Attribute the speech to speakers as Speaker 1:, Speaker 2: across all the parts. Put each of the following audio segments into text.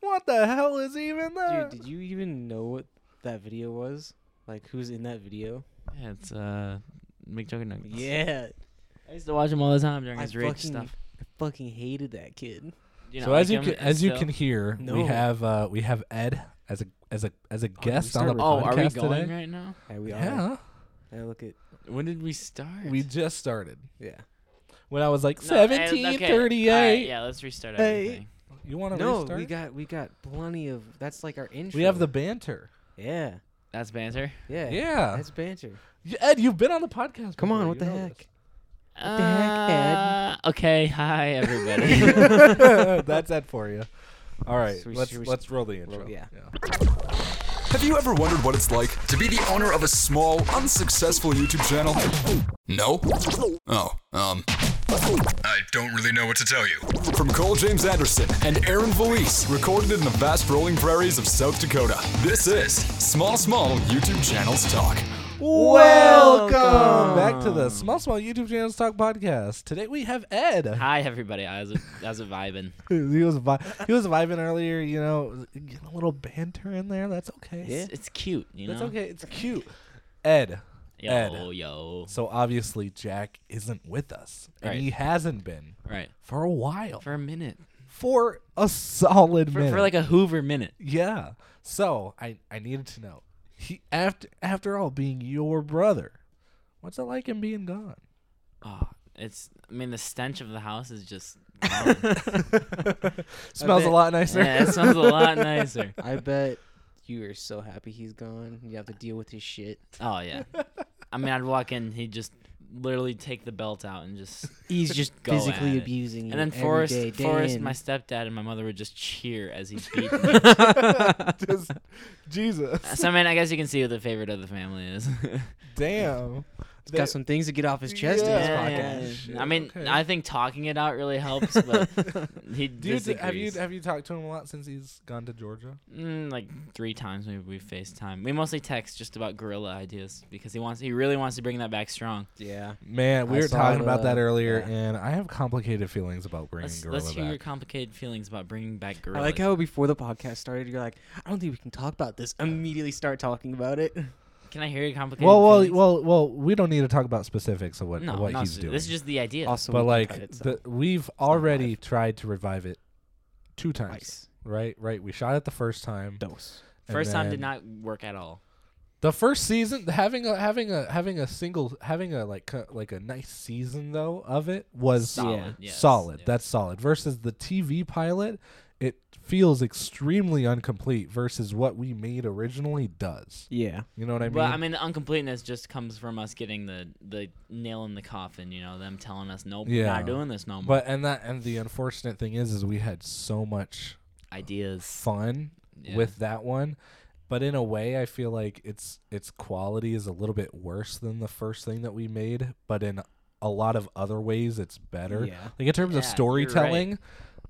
Speaker 1: What the hell is even
Speaker 2: Dude,
Speaker 1: that?
Speaker 2: did you even know what that video was? Like, who's in that video?
Speaker 3: Yeah, it's uh, McJugger Nuggets.
Speaker 2: Yeah,
Speaker 3: I used to watch him all the time during
Speaker 2: I
Speaker 3: his rage
Speaker 2: fucking-
Speaker 3: stuff.
Speaker 2: I fucking hated that kid.
Speaker 3: Do
Speaker 1: so
Speaker 3: not
Speaker 1: as
Speaker 3: like
Speaker 1: you can,
Speaker 3: him
Speaker 1: as you
Speaker 3: still?
Speaker 1: can hear, we
Speaker 2: No.
Speaker 1: have uh, we have Ed as a as a as a
Speaker 2: we
Speaker 1: guest on the
Speaker 2: started-
Speaker 3: Oh,
Speaker 1: podcast
Speaker 3: are we going
Speaker 1: today.
Speaker 3: right now?
Speaker 2: Hey, we are.
Speaker 1: yeah,
Speaker 2: Hey, look at
Speaker 3: When did we start?
Speaker 1: we just started.
Speaker 2: yeah.
Speaker 1: When I was like
Speaker 3: No, eh, okay,
Speaker 1: seventeen
Speaker 3: all right,
Speaker 1: thirty-eight.
Speaker 3: yeah, let's restart
Speaker 2: Hey.
Speaker 3: everything.
Speaker 1: You want to
Speaker 2: No,
Speaker 1: restart?
Speaker 2: we got we got plenty of. That's like our intro.
Speaker 1: We have the banter.
Speaker 2: yeah
Speaker 3: That's banter.
Speaker 2: yeah
Speaker 1: Yeah,
Speaker 2: That's banter.
Speaker 1: Y- Ed, you've been on the podcast.
Speaker 2: Come
Speaker 1: before,
Speaker 2: on, what
Speaker 1: you
Speaker 2: the
Speaker 1: know
Speaker 2: heck? the heck, Ed?
Speaker 3: Uh, okay, hi everybody.
Speaker 1: this. That's Ed for you. All right,
Speaker 2: So we
Speaker 1: let's
Speaker 2: should- we should-
Speaker 1: let's roll the intro.
Speaker 2: yeah.
Speaker 4: Have you ever wondered what it's like to be the owner of a small, unsuccessful YouTube channel? No? Oh, um. I don't really know what to tell you. From Cole James Anderson and Aaron Valise, recorded in the vast rolling prairies of South Dakota, this is Small Small YouTube Channels Talk.
Speaker 1: Welcome back to the Small Small YouTube Channels Talk podcast. Today we have Ed.
Speaker 3: hi everybody. I was I was vibing.
Speaker 1: he was vi- he was vibing earlier. You know, get a little banter in there. That's okay.
Speaker 2: Yeah.
Speaker 3: It's, it's cute, you know.
Speaker 1: That's okay. It's cute. Ed.
Speaker 3: Yo,
Speaker 1: Ed.
Speaker 3: yo.
Speaker 1: So obviously Jack isn't with us, and
Speaker 3: Right.
Speaker 1: he hasn't been
Speaker 3: Right.
Speaker 1: for a while,
Speaker 3: For a minute.
Speaker 1: for a solid
Speaker 3: For,
Speaker 1: minute,
Speaker 3: for like a Hoover minute.
Speaker 1: yeah. So I I needed to know. He after after all being your brother, what's it like him being gone?
Speaker 3: Oh, it's. I mean, the stench of the house is just.
Speaker 1: Smells a
Speaker 2: bet-
Speaker 1: lot nicer.
Speaker 3: yeah, it sounds a lot nicer.
Speaker 2: I bet you are so happy he's gone. You have to deal with his shit.
Speaker 3: Oh yeah. I mean, I'd walk in, he'd just literally take the belt out and just he's just go at
Speaker 2: Physically
Speaker 3: it.
Speaker 2: abusing you.
Speaker 3: And then
Speaker 2: every
Speaker 3: Forrest,
Speaker 2: day, day
Speaker 3: Forrest,
Speaker 2: in.
Speaker 3: my stepdad, and my mother would just cheer as he beat me. Uh,
Speaker 1: Just Jesus,
Speaker 3: so, I mean, I guess you can see who the favorite of the family is.
Speaker 1: damn.
Speaker 2: He's got some things to get off his chest in this
Speaker 1: Yeah,
Speaker 2: podcast.
Speaker 1: yeah, yeah.
Speaker 3: I mean,
Speaker 1: okay.
Speaker 3: I think talking it out really helps, but he
Speaker 1: Do you, have you
Speaker 3: disagrees.
Speaker 1: have you talked to him a lot since he's gone to Georgia?
Speaker 3: Mm, like three times maybe we FaceTime. We mostly text just about gorilla ideas because he wants he really wants to bring that back strong.
Speaker 2: Yeah.
Speaker 1: Man, we
Speaker 2: I
Speaker 1: were
Speaker 2: saw
Speaker 1: talking
Speaker 2: it,
Speaker 1: about that
Speaker 2: uh,
Speaker 1: earlier,
Speaker 2: yeah.
Speaker 1: and I have complicated feelings about bringing
Speaker 3: Let's,
Speaker 1: Gorilla
Speaker 3: let's hear your
Speaker 1: back.
Speaker 3: complicated feelings about bringing back gorilla.
Speaker 2: I like how before the podcast started, you're like, I don't think we can talk about this. Immediately start talking about it.
Speaker 3: Can I hear your complicated?
Speaker 1: Well, well,
Speaker 3: feelings?
Speaker 1: well, well. We don't need to talk about specifics of what
Speaker 3: no,
Speaker 1: what
Speaker 3: no,
Speaker 1: he's
Speaker 3: so
Speaker 1: doing.
Speaker 3: This is just the idea.
Speaker 2: Also,
Speaker 1: but
Speaker 2: we can
Speaker 1: like,
Speaker 2: cut it, so
Speaker 1: the,
Speaker 2: it's
Speaker 1: we've
Speaker 2: not
Speaker 1: already
Speaker 2: live.
Speaker 1: tried to revive it two times.
Speaker 2: nice.
Speaker 1: Right, right. We shot it the first time.
Speaker 2: Dose.
Speaker 1: and
Speaker 3: First time
Speaker 1: then-
Speaker 3: did not work at all.
Speaker 1: The first season, having a having a having a single having a like co- like a nice season though of it was
Speaker 3: Solid.
Speaker 2: Yeah.
Speaker 3: yes,
Speaker 1: solid.
Speaker 3: yeah.
Speaker 1: That's solid. Versus the TV pilot, it feels extremely incomplete versus what we made originally does.
Speaker 2: Yeah.
Speaker 1: You know what I mean?
Speaker 3: Well, I mean, the uncompleteness just comes from us getting the the nail in the coffin. You know, them telling us, nope, we're
Speaker 1: Yeah.
Speaker 3: not doing this no more.
Speaker 1: but and that and the unfortunate thing is is we had so much
Speaker 3: Ideas.
Speaker 1: fun
Speaker 3: Yeah.
Speaker 1: with that one. But in a way, I feel like its its quality is a little bit worse than the first thing that we made. But in a lot of other ways, it's better.
Speaker 2: Yeah.
Speaker 1: Like in terms of
Speaker 3: Yeah, you're right.
Speaker 1: storytelling,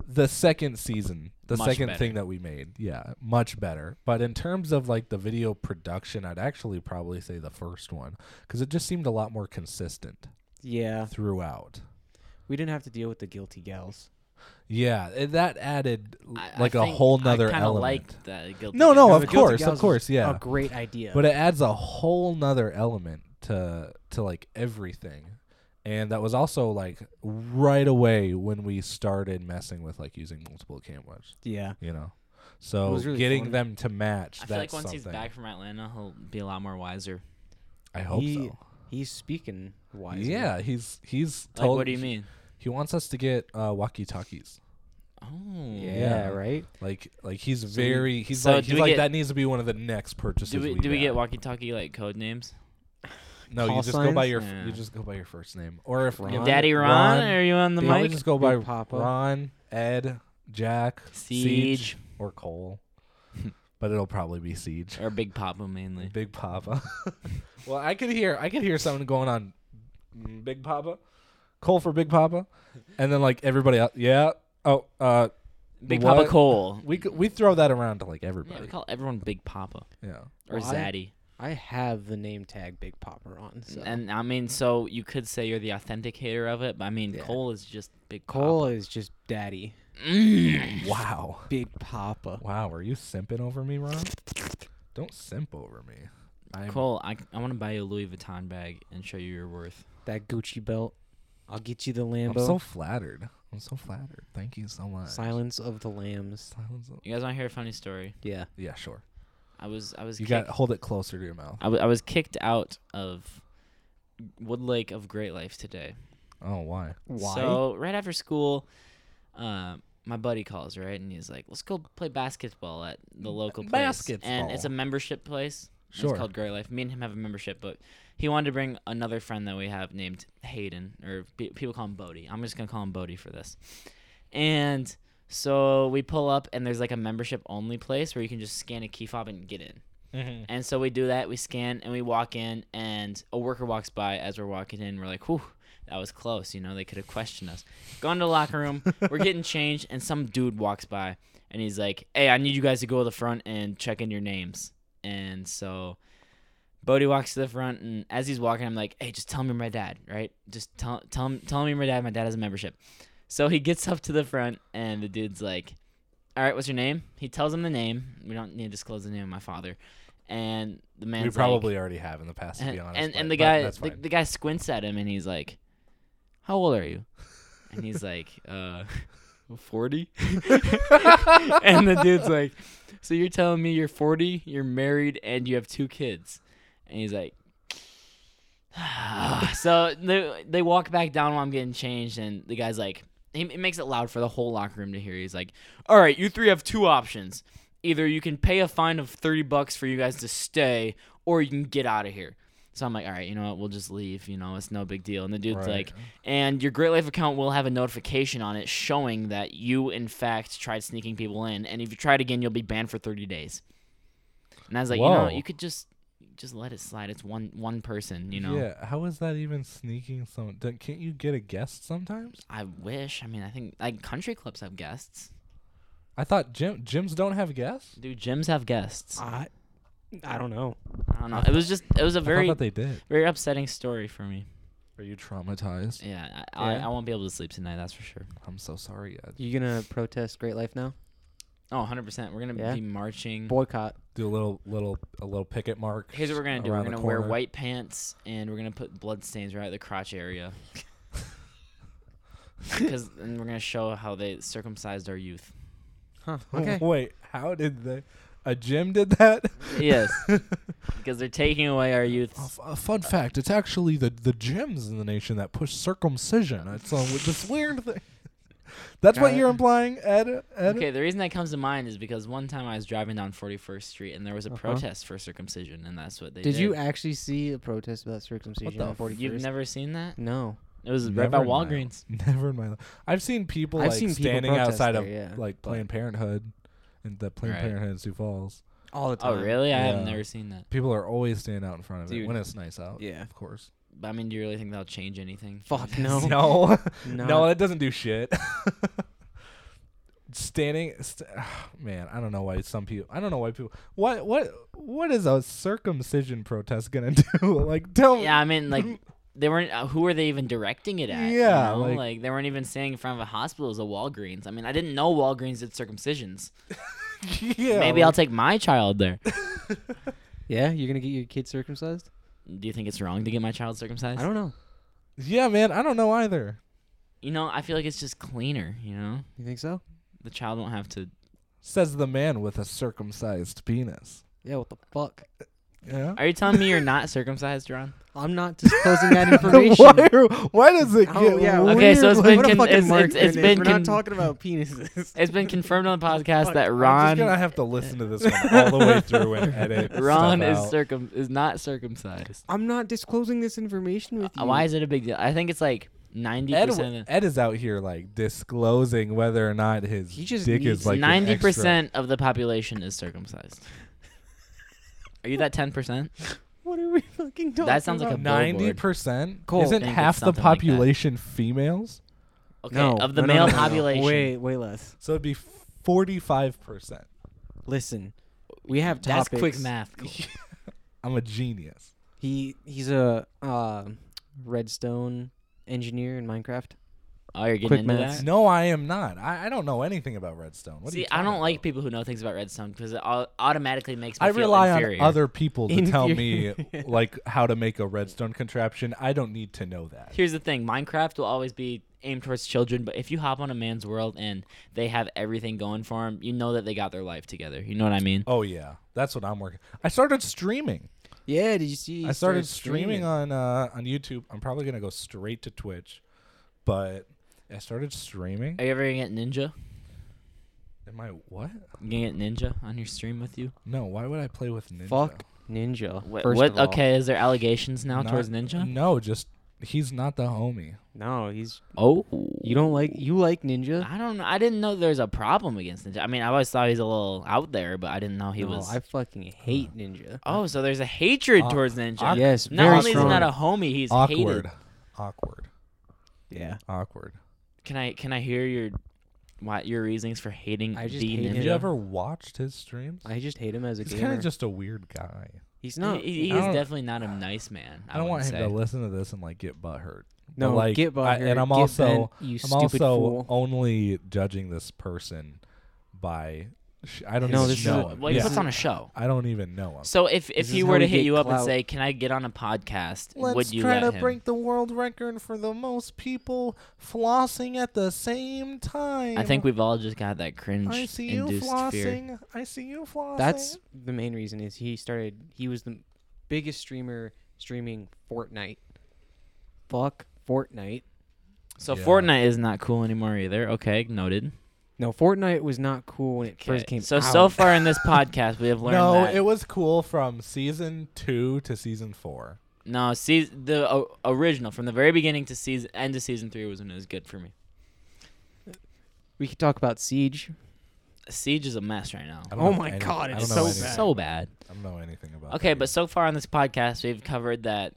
Speaker 1: the second season, the
Speaker 3: Much
Speaker 1: second
Speaker 3: better.
Speaker 1: thing that we made, yeah, much better. But in terms of like the video production, I'd actually probably say the first one because it just seemed a lot more consistent
Speaker 2: Yeah.
Speaker 1: throughout.
Speaker 2: We didn't have to deal with the guilty gals.
Speaker 1: Yeah, it- that added l-
Speaker 3: I- I
Speaker 1: like a
Speaker 3: think
Speaker 1: whole
Speaker 3: I
Speaker 1: nother
Speaker 3: kinda
Speaker 1: element.
Speaker 3: liked that guilty
Speaker 1: No, no,
Speaker 3: conscience.
Speaker 1: Oh, of
Speaker 2: the guilty
Speaker 1: course, of
Speaker 2: gals was
Speaker 1: course, yeah.
Speaker 2: A great idea.
Speaker 1: but it adds a whole nother element to to like everything and that was also like right away when we started messing with like using multiple cameras
Speaker 2: yeah.
Speaker 1: you know so
Speaker 2: was really
Speaker 1: getting
Speaker 2: fun.
Speaker 1: them to match
Speaker 3: I
Speaker 1: that's
Speaker 3: feel like once
Speaker 1: something
Speaker 3: he's back from Atlanta, he'll be a lot more wiser.
Speaker 1: i hope
Speaker 2: He-
Speaker 1: so
Speaker 2: He's speaking wise.
Speaker 1: yeah he's he's
Speaker 3: Like,
Speaker 1: told
Speaker 3: what do you mean?
Speaker 1: he wants us to get uh walkie talkies
Speaker 3: Oh,
Speaker 1: Yeah.
Speaker 2: Yeah, right?
Speaker 1: like like he's very he's
Speaker 3: so
Speaker 1: like
Speaker 3: do
Speaker 1: he's
Speaker 3: we
Speaker 1: like
Speaker 3: get-
Speaker 1: that needs to be one of the next purchases
Speaker 3: Do we do we
Speaker 1: got."
Speaker 3: get walkie-talkie like code names?
Speaker 1: no you
Speaker 2: call
Speaker 1: just go by
Speaker 2: signs?
Speaker 1: your
Speaker 3: Yeah.
Speaker 1: you just go by your first name or if
Speaker 2: Ron-
Speaker 3: Daddy Ron, are you on the
Speaker 1: They always
Speaker 3: mic?
Speaker 1: just go by
Speaker 2: Big Papa.
Speaker 1: Ron, Ed, Jack, Siege,
Speaker 3: Siege
Speaker 1: or Cole. but it'll probably be Siege.
Speaker 3: or Big Papa mainly.
Speaker 1: Big Papa. well, I could hear I could hear something going on. Mm, Big Papa, Cole for Big Papa, and then like everybody else. Yeah. Oh, uh,
Speaker 3: Big
Speaker 1: what?
Speaker 3: Papa Cole.
Speaker 1: we c- we throw that around to like
Speaker 3: Yeah, we
Speaker 1: everybody.
Speaker 3: call everyone Big Papa
Speaker 1: Yeah.
Speaker 3: or
Speaker 2: Well, I-
Speaker 3: Zaddy.
Speaker 2: I have the name tag Big Popper on. So.
Speaker 3: And I mean, so you could say you're the authenticator of it, but I mean,
Speaker 2: Yeah.
Speaker 3: Cole is just Big
Speaker 2: Cole
Speaker 3: Papa. Mm.
Speaker 2: is just daddy.
Speaker 1: Wow.
Speaker 2: Big Papa.
Speaker 1: Wow, are you simping over me, Ron? Don't simp over me. I'm,
Speaker 3: Cole, I, I want to buy you a Louis Vuitton bag and show you your worth.
Speaker 2: That Gucci belt. I'll get you the
Speaker 1: I'm
Speaker 2: Lambo.
Speaker 1: so flattered. I'm so flattered. Thank you so much.
Speaker 2: Silence of the Lambs.
Speaker 1: Silence.
Speaker 3: You guys want to hear a funny story?
Speaker 2: Yeah.
Speaker 1: Yeah, sure.
Speaker 3: I was I was
Speaker 1: You
Speaker 3: kicked,
Speaker 1: got hold it closer to your mouth.
Speaker 3: I, w- I was kicked out of Woodlake of Great Life today.
Speaker 1: Oh, why?
Speaker 2: Why?
Speaker 3: So right after school, uh, my buddy calls right, and he's like, "Let's go play basketball at the local place." And it's
Speaker 1: Basketball.
Speaker 3: a membership place.
Speaker 1: Sure.
Speaker 3: It's called Great Life. Me and him have a membership, but he wanted to bring another friend that we have named Hayden, or pe- people call him Bodie. I'm just gonna call him Bodie for this. And so we pull up, and there's like a membership only place where you can just scan a key fob and get in.
Speaker 1: Mm-hmm.
Speaker 3: And so we do that. We scan and we walk in, and a worker walks by as we're walking in. We're like, whew, that was close. You know, they could have questioned us. Go into the locker room. we're getting changed, and some dude walks by, and he's like, hey, I need you guys to go to the front and check in your names. And so Bodie walks to the front, and as he's walking, I'm like, hey, just tell me my dad, right? Just tell, tell, him, tell me my dad. My dad has a membership. So he gets up to the front, and the dude's like, all right, what's your name? He tells him the name. We don't need to disclose the name of my father. And the man's
Speaker 1: We
Speaker 3: like-
Speaker 1: probably already have in the past, to
Speaker 3: and,
Speaker 1: be honest.
Speaker 3: and,
Speaker 1: but-
Speaker 3: and the
Speaker 1: but
Speaker 3: guy
Speaker 1: that's
Speaker 3: the,
Speaker 1: fine.
Speaker 3: the guy squints at him and he's like, "How old are you?" And he's like, "Uh, 40." and the dude's like, "So you're telling me you're 40, you're married, and you have two kids?" And he's like, "So they they walk back down while I'm getting changed, and the guy's like, he it makes it loud for the whole locker room to hear. He's like, "All right, you three have two options." Either you can pay a fine of 30 bucks for you guys to stay, or you can get out of here. So I'm like, all right, you know what? We'll just leave. You know, it's no big deal. And the dude's
Speaker 1: Right.
Speaker 3: like, and your Great Life account will have a notification on it showing that you, in fact, tried sneaking people in. And if you tried again, you'll be banned for 30 days. And I was like, you
Speaker 1: Whoa.
Speaker 3: know, you could just just let it slide. It's one one person, you know.
Speaker 1: Yeah, how is that even sneaking? Some don't- can't you get a guest sometimes?
Speaker 3: I wish. I mean, I think like country clubs have guests.
Speaker 1: I thought gym gyms don't have guests.
Speaker 3: Do gyms have guests?
Speaker 2: I, I don't know.
Speaker 3: I don't know. It was just it was a
Speaker 1: I
Speaker 3: very
Speaker 1: thought they did.
Speaker 3: very upsetting story for me.
Speaker 1: Are you traumatized?
Speaker 3: Yeah, I, I,
Speaker 2: Yeah.
Speaker 3: I won't be able to sleep tonight. That's for sure.
Speaker 1: I'm so sorry. Ed.
Speaker 2: You gonna protest Great Life now?
Speaker 3: Oh, 100%. We're going to
Speaker 2: Yeah.
Speaker 3: be marching.
Speaker 2: Boycott.
Speaker 1: Do a little little a little picket mark.
Speaker 3: Here's what we're gonna do. We're
Speaker 1: around the
Speaker 3: gonna wear
Speaker 1: corner.
Speaker 3: white pants and we're gonna put blood stains right at the crotch area. Because and we're gonna show how they circumcised our youth.
Speaker 2: Huh. Okay.
Speaker 1: Wait, how did they? A gym did that?
Speaker 3: Yes, because they're taking away our
Speaker 1: A
Speaker 3: youth.
Speaker 1: f- a fun fact: It's actually the the gyms in the nation that push circumcision. It's uh, with this weird thing. That's what
Speaker 2: Got it.
Speaker 1: you're implying, Ed. Ed.
Speaker 3: Okay, the reason that comes to mind is because one time I was driving down 41st Street and there was a
Speaker 2: Uh-huh.
Speaker 3: protest for circumcision, and that's what they did.
Speaker 2: Did you actually see a protest about circumcision
Speaker 1: the
Speaker 2: on 41st?
Speaker 3: You've never seen that?
Speaker 2: No.
Speaker 3: It was
Speaker 1: Never
Speaker 3: right by
Speaker 1: in my life.
Speaker 3: Walgreens.
Speaker 1: Never in my life. I've seen people
Speaker 2: I've
Speaker 1: like
Speaker 2: seen people
Speaker 1: standing
Speaker 2: protest
Speaker 1: outside of
Speaker 2: there, yeah,
Speaker 1: like
Speaker 2: but-
Speaker 1: Planned Parenthood, and the Planned
Speaker 3: Right.
Speaker 1: Parenthood in Sioux Falls.
Speaker 2: All the time.
Speaker 3: Oh, really? I have
Speaker 1: Yeah.
Speaker 3: never seen that.
Speaker 1: People are always standing out in front of it
Speaker 2: Dude.
Speaker 1: when it's nice out.
Speaker 2: Yeah.
Speaker 1: of course.
Speaker 3: But I mean, do you really think that'll change anything?
Speaker 2: Fuck no.
Speaker 1: No,
Speaker 2: No.
Speaker 1: no, that doesn't do shit. Standing, st- man, I don't know why some people. I don't know why people. What what what is a circumcision protest gonna do? like, tell
Speaker 3: Yeah, I mean, like they weren't. Uh, who were they even directing it at?
Speaker 1: Yeah,
Speaker 3: you know?
Speaker 1: like-
Speaker 3: like, they weren't even standing in front of a hospital. It was a Walgreens. I mean, I didn't know Walgreens did circumcisions.
Speaker 1: yeah,
Speaker 3: Maybe I'll
Speaker 1: like-
Speaker 3: take my child there.
Speaker 2: Yeah, you're gonna get your kid circumcised?
Speaker 3: Do you think it's wrong to get my child circumcised?
Speaker 2: I don't know.
Speaker 1: Yeah, man, I don't know either.
Speaker 3: You know, I feel like it's just cleaner. You know,
Speaker 2: You think so?
Speaker 3: the child won't have to.
Speaker 1: Says the man with a circumcised penis.
Speaker 2: Yeah. What the fuck?
Speaker 1: Yeah.
Speaker 3: Are you telling me you're not circumcised, Ron?
Speaker 2: I'm not disclosing that information.
Speaker 1: why, are- why does it
Speaker 2: Oh,
Speaker 1: get
Speaker 2: yeah.
Speaker 1: weird?
Speaker 3: Okay, so it's
Speaker 1: like-
Speaker 3: been
Speaker 2: What a
Speaker 3: con-
Speaker 2: fucking
Speaker 3: it's-
Speaker 2: mark
Speaker 3: it's- it's
Speaker 2: goodness.
Speaker 3: been
Speaker 2: We're
Speaker 3: con-
Speaker 2: not talking about penises.
Speaker 3: It's been confirmed on the podcast
Speaker 2: Fuck,
Speaker 3: that
Speaker 1: I'm just gonna
Speaker 3: Ron,
Speaker 1: have to listen to this one all the way through and edit.
Speaker 3: Ron
Speaker 1: stuff
Speaker 3: is
Speaker 1: out.
Speaker 3: circum is not circumcised.
Speaker 2: I'm not disclosing this information with
Speaker 3: Uh,
Speaker 2: you.
Speaker 3: Why is it a big deal? I think it's like ninety
Speaker 1: Ed,
Speaker 3: percent.
Speaker 1: w- Ed is out here like disclosing whether or not his
Speaker 2: He just
Speaker 1: dick
Speaker 2: needs
Speaker 1: is like an
Speaker 3: Ninety
Speaker 1: extra-
Speaker 3: percent of the population is circumcised. Are you that ten percent?
Speaker 2: What are we fucking talking?
Speaker 3: That sounds like a
Speaker 2: about?
Speaker 1: Ninety
Speaker 3: billboard.
Speaker 1: percent.
Speaker 2: Cool.
Speaker 1: Isn't
Speaker 3: I think
Speaker 1: half
Speaker 3: it's
Speaker 1: the
Speaker 3: something like that.
Speaker 1: population females?
Speaker 3: Okay,
Speaker 2: no,
Speaker 3: of the
Speaker 2: no, no,
Speaker 3: male
Speaker 2: no, no, no.
Speaker 3: population.
Speaker 2: Way, way less.
Speaker 1: So it'd be forty-five percent.
Speaker 2: Listen, we have
Speaker 3: That's
Speaker 2: topics.
Speaker 3: quick math. Cole.
Speaker 1: I'm a genius.
Speaker 2: um, He he's a uh, redstone engineer in Minecraft.
Speaker 3: Oh, you're getting
Speaker 2: Quick
Speaker 3: into
Speaker 2: maths.
Speaker 3: that?
Speaker 1: No, I am not. I, I don't know anything about Redstone. What are you
Speaker 3: See, I
Speaker 1: talking
Speaker 3: don't like
Speaker 1: about?
Speaker 3: people who know things about Redstone because it au- automatically makes me
Speaker 1: I
Speaker 3: feel
Speaker 1: rely
Speaker 3: inferior.
Speaker 1: on other people to tell me
Speaker 2: Inferior.
Speaker 1: like how to make a redstone contraption. I don't need to know that.
Speaker 3: Here's the thing: Minecraft will always be aimed towards children, but if you hop on a man's world and they have everything going for them, you know that they got their life together. You know what I mean?
Speaker 1: Oh yeah, that's what I'm working. I started streaming.
Speaker 2: Yeah, did you see?
Speaker 1: I started streaming on uh, on YouTube. I'm probably gonna go straight to Twitch, but I started streaming.
Speaker 3: Are you ever gonna get Ninja?
Speaker 1: Am I what?
Speaker 3: You gonna get Ninja on your stream with you?
Speaker 1: No. Why would I play with Ninja?
Speaker 2: Fuck Ninja.
Speaker 3: What?
Speaker 2: first
Speaker 3: what
Speaker 2: of all.
Speaker 3: okay, is there allegations now
Speaker 1: Not-
Speaker 3: towards Ninja?
Speaker 1: No, just he's not the homie.
Speaker 2: No, he's.
Speaker 3: Oh,
Speaker 2: You don't like. You like Ninja?
Speaker 3: I don't. know. I didn't know there was a problem against Ninja. I mean, I always thought he's a little out there, but I didn't know he
Speaker 2: no,
Speaker 3: was.
Speaker 2: I fucking hate Ninja.
Speaker 3: Oh, so there's a hatred
Speaker 1: Uh,
Speaker 3: towards Ninja.
Speaker 1: awk-
Speaker 2: yes,
Speaker 3: Not
Speaker 2: very
Speaker 3: only
Speaker 2: strong.
Speaker 3: is he not a homie, he's
Speaker 1: awkward.
Speaker 3: hated.
Speaker 1: Awkward.
Speaker 2: Yeah.
Speaker 1: Awkward.
Speaker 3: Can I can I hear your why your reasonings for hating
Speaker 2: I just
Speaker 3: the
Speaker 2: hate him.
Speaker 1: Have
Speaker 3: ninja?
Speaker 1: you ever watched his streams?
Speaker 2: I just hate him as a
Speaker 1: He's kind
Speaker 2: gamer.
Speaker 1: of just a weird guy.
Speaker 2: he's
Speaker 3: No,
Speaker 2: not.
Speaker 3: he, he
Speaker 1: I
Speaker 3: is
Speaker 1: don't-
Speaker 3: definitely not a nice man.
Speaker 1: I
Speaker 3: I,
Speaker 1: don't
Speaker 3: would
Speaker 1: want him
Speaker 3: say.
Speaker 1: to listen to this and like get butthurt. But,
Speaker 2: no,
Speaker 1: like,
Speaker 2: get by
Speaker 1: I-
Speaker 2: her,
Speaker 1: and I'm
Speaker 2: get
Speaker 1: also
Speaker 2: bent, you
Speaker 1: I'm also
Speaker 2: stupid fool.
Speaker 1: only judging this person by sh- I don't
Speaker 2: No,
Speaker 1: even
Speaker 2: this is
Speaker 1: know
Speaker 2: a-
Speaker 1: him.
Speaker 3: Well, he
Speaker 1: yeah.
Speaker 3: puts on a show.
Speaker 1: I don't even know him.
Speaker 3: So if if
Speaker 2: is
Speaker 3: he
Speaker 2: how
Speaker 3: were to
Speaker 2: we
Speaker 3: hit
Speaker 2: get
Speaker 3: you up and
Speaker 2: clout.
Speaker 3: say, "Can I get on a podcast?"
Speaker 1: Let's
Speaker 3: would you
Speaker 1: try
Speaker 3: let
Speaker 1: to
Speaker 3: him?
Speaker 1: break the world record for the most people flossing at the same time.
Speaker 3: I think we've all just got that
Speaker 1: I
Speaker 3: cringe
Speaker 1: see you
Speaker 3: induced fear.
Speaker 1: flossing. I see you flossing.
Speaker 2: That's the main reason is he started. He was the biggest streamer streaming Fortnite. Fuck Fortnite.
Speaker 3: So
Speaker 1: Yeah.
Speaker 3: Fortnite is not cool anymore either. Okay, noted.
Speaker 2: No, Fortnite was not cool when it first
Speaker 3: Okay.
Speaker 2: came
Speaker 3: so
Speaker 2: out.
Speaker 3: so far in this podcast, we have learned
Speaker 1: no.
Speaker 3: that
Speaker 1: It was cool from season two to season four.
Speaker 3: no seas the o- original from the very beginning to season end of season three was when it was good for me.
Speaker 2: we could talk about Siege.
Speaker 3: Siege is a mess right now.
Speaker 1: I don't
Speaker 2: Oh
Speaker 1: know
Speaker 2: my
Speaker 1: any-
Speaker 2: God,
Speaker 1: I
Speaker 2: it's
Speaker 1: don't know
Speaker 2: so
Speaker 1: anything.
Speaker 2: bad.
Speaker 3: So bad.
Speaker 1: I don't know anything about.
Speaker 3: Okay,
Speaker 1: that
Speaker 3: but so far on this podcast, we've covered that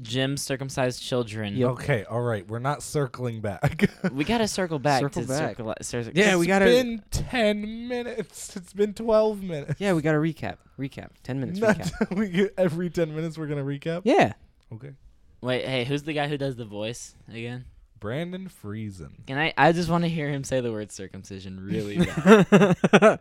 Speaker 3: Jim circumcised children.
Speaker 2: Yep.
Speaker 1: Okay, all right. We're not circling back.
Speaker 3: We gotta circle back
Speaker 2: Circle
Speaker 3: to
Speaker 2: back.
Speaker 3: circle. circle
Speaker 2: Yeah, we
Speaker 1: It's
Speaker 2: gotta-
Speaker 1: been ten minutes. It's been twelve minutes.
Speaker 2: Yeah, we got to recap. Recap. Ten minutes.
Speaker 1: Not-
Speaker 2: Recap.
Speaker 1: we get- every ten minutes we're gonna recap.
Speaker 2: Yeah.
Speaker 1: Okay.
Speaker 3: Wait, hey, who's the guy who does the voice again?
Speaker 1: Brandon Friesen.
Speaker 3: Can I? I just want to hear him say the word circumcision really bad.
Speaker 2: Brandon,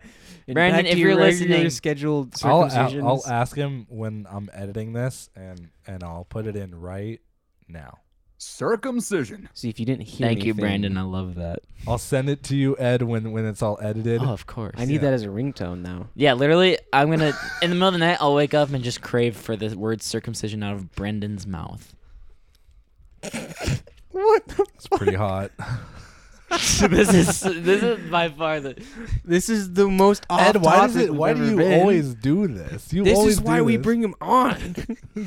Speaker 3: Brandon, if you're listening-
Speaker 2: scheduled
Speaker 1: I'll,
Speaker 2: circumcisions.
Speaker 1: a- I'll ask him when I'm editing this, and and I'll put it in right now.
Speaker 4: Circumcision.
Speaker 2: See if you didn't hear.
Speaker 3: Thank you,
Speaker 2: anything.
Speaker 3: Brandon. I love that.
Speaker 1: I'll send it to you, Ed, when when it's all edited.
Speaker 3: Oh, of course.
Speaker 2: I need
Speaker 1: Yeah.
Speaker 2: that as a ringtone now.
Speaker 3: yeah, literally, I'm gonna in the middle of the night, I'll wake up and just crave for the word circumcision out of Brendan's mouth.
Speaker 2: What?
Speaker 1: It's pretty hot.
Speaker 3: this is this is by far the.
Speaker 2: This is the most
Speaker 1: Ed,
Speaker 2: off
Speaker 1: why does
Speaker 2: topic
Speaker 1: it? Why
Speaker 2: we've
Speaker 1: do
Speaker 2: ever
Speaker 1: you
Speaker 2: been.
Speaker 1: always do this? You
Speaker 2: This
Speaker 1: always
Speaker 2: is why
Speaker 1: do
Speaker 2: we
Speaker 1: this.
Speaker 2: bring him on.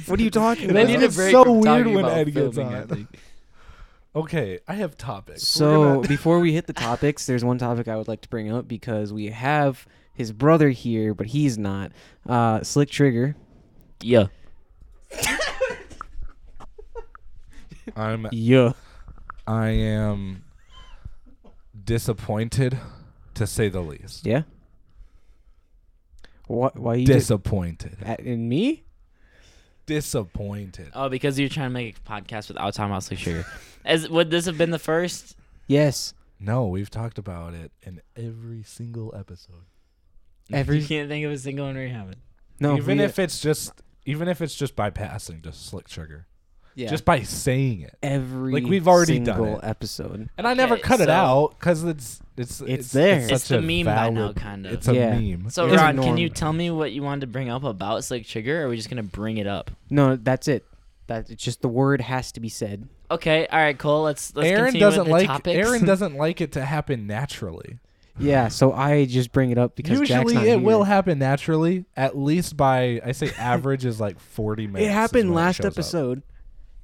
Speaker 2: what are you talking
Speaker 1: They
Speaker 2: about?
Speaker 1: This need to is break so from weird talking when about Ed gets filming, I on. think. Okay, I have topics. We're
Speaker 2: So
Speaker 1: gonna-
Speaker 2: before we hit the topics, there's one topic I would like to bring up because we have his brother here, but he's not. Uh, Slick Trigger.
Speaker 3: Yeah.
Speaker 1: I'm
Speaker 2: Yeah.
Speaker 1: I am disappointed, to say the least.
Speaker 2: Yeah. What? Why you? Dis-
Speaker 1: Disappointed.
Speaker 2: in me?
Speaker 1: Disappointed.
Speaker 3: Oh, because you're trying to make a podcast without Tom House Sugar. As would this have been the first?
Speaker 2: Yes.
Speaker 1: No, we've talked about it in every single episode.
Speaker 2: Every-
Speaker 3: you can't think of a single one we haven't.
Speaker 2: No.
Speaker 1: even
Speaker 2: we-
Speaker 1: if it's just even if it's just by passing just slick trigger.
Speaker 2: yeah.
Speaker 1: Just by saying it.
Speaker 2: every
Speaker 1: like, we've already done
Speaker 2: single
Speaker 1: it.
Speaker 2: episode.
Speaker 1: And I never
Speaker 3: Okay,
Speaker 1: cut it
Speaker 3: so-
Speaker 1: out cuz it's it's it's
Speaker 2: there.
Speaker 1: It's,
Speaker 2: It's
Speaker 1: such
Speaker 3: the
Speaker 1: a
Speaker 3: meme by now,
Speaker 1: valid-
Speaker 3: kind of.
Speaker 1: It's a
Speaker 2: Yeah.
Speaker 1: meme.
Speaker 3: So
Speaker 2: It's
Speaker 3: Ron, can
Speaker 2: normal.
Speaker 3: you tell me what you wanted to bring up about Slick Trigger? Or are we just gonna bring it up?
Speaker 2: No, that's it. That it's just the word has to be said.
Speaker 3: Okay, all right, Cole. Let's let's
Speaker 1: Aaron
Speaker 3: continue
Speaker 1: doesn't
Speaker 3: with the
Speaker 1: like
Speaker 3: topics.
Speaker 1: Aaron doesn't like it to happen naturally.
Speaker 2: Yeah. So I just bring it up because Jack's
Speaker 1: Usually
Speaker 2: not
Speaker 1: it
Speaker 2: here.
Speaker 1: will happen naturally, at least by I say average is like 40 minutes.
Speaker 2: It
Speaker 1: is when
Speaker 2: happened last
Speaker 1: shows up.
Speaker 2: episode.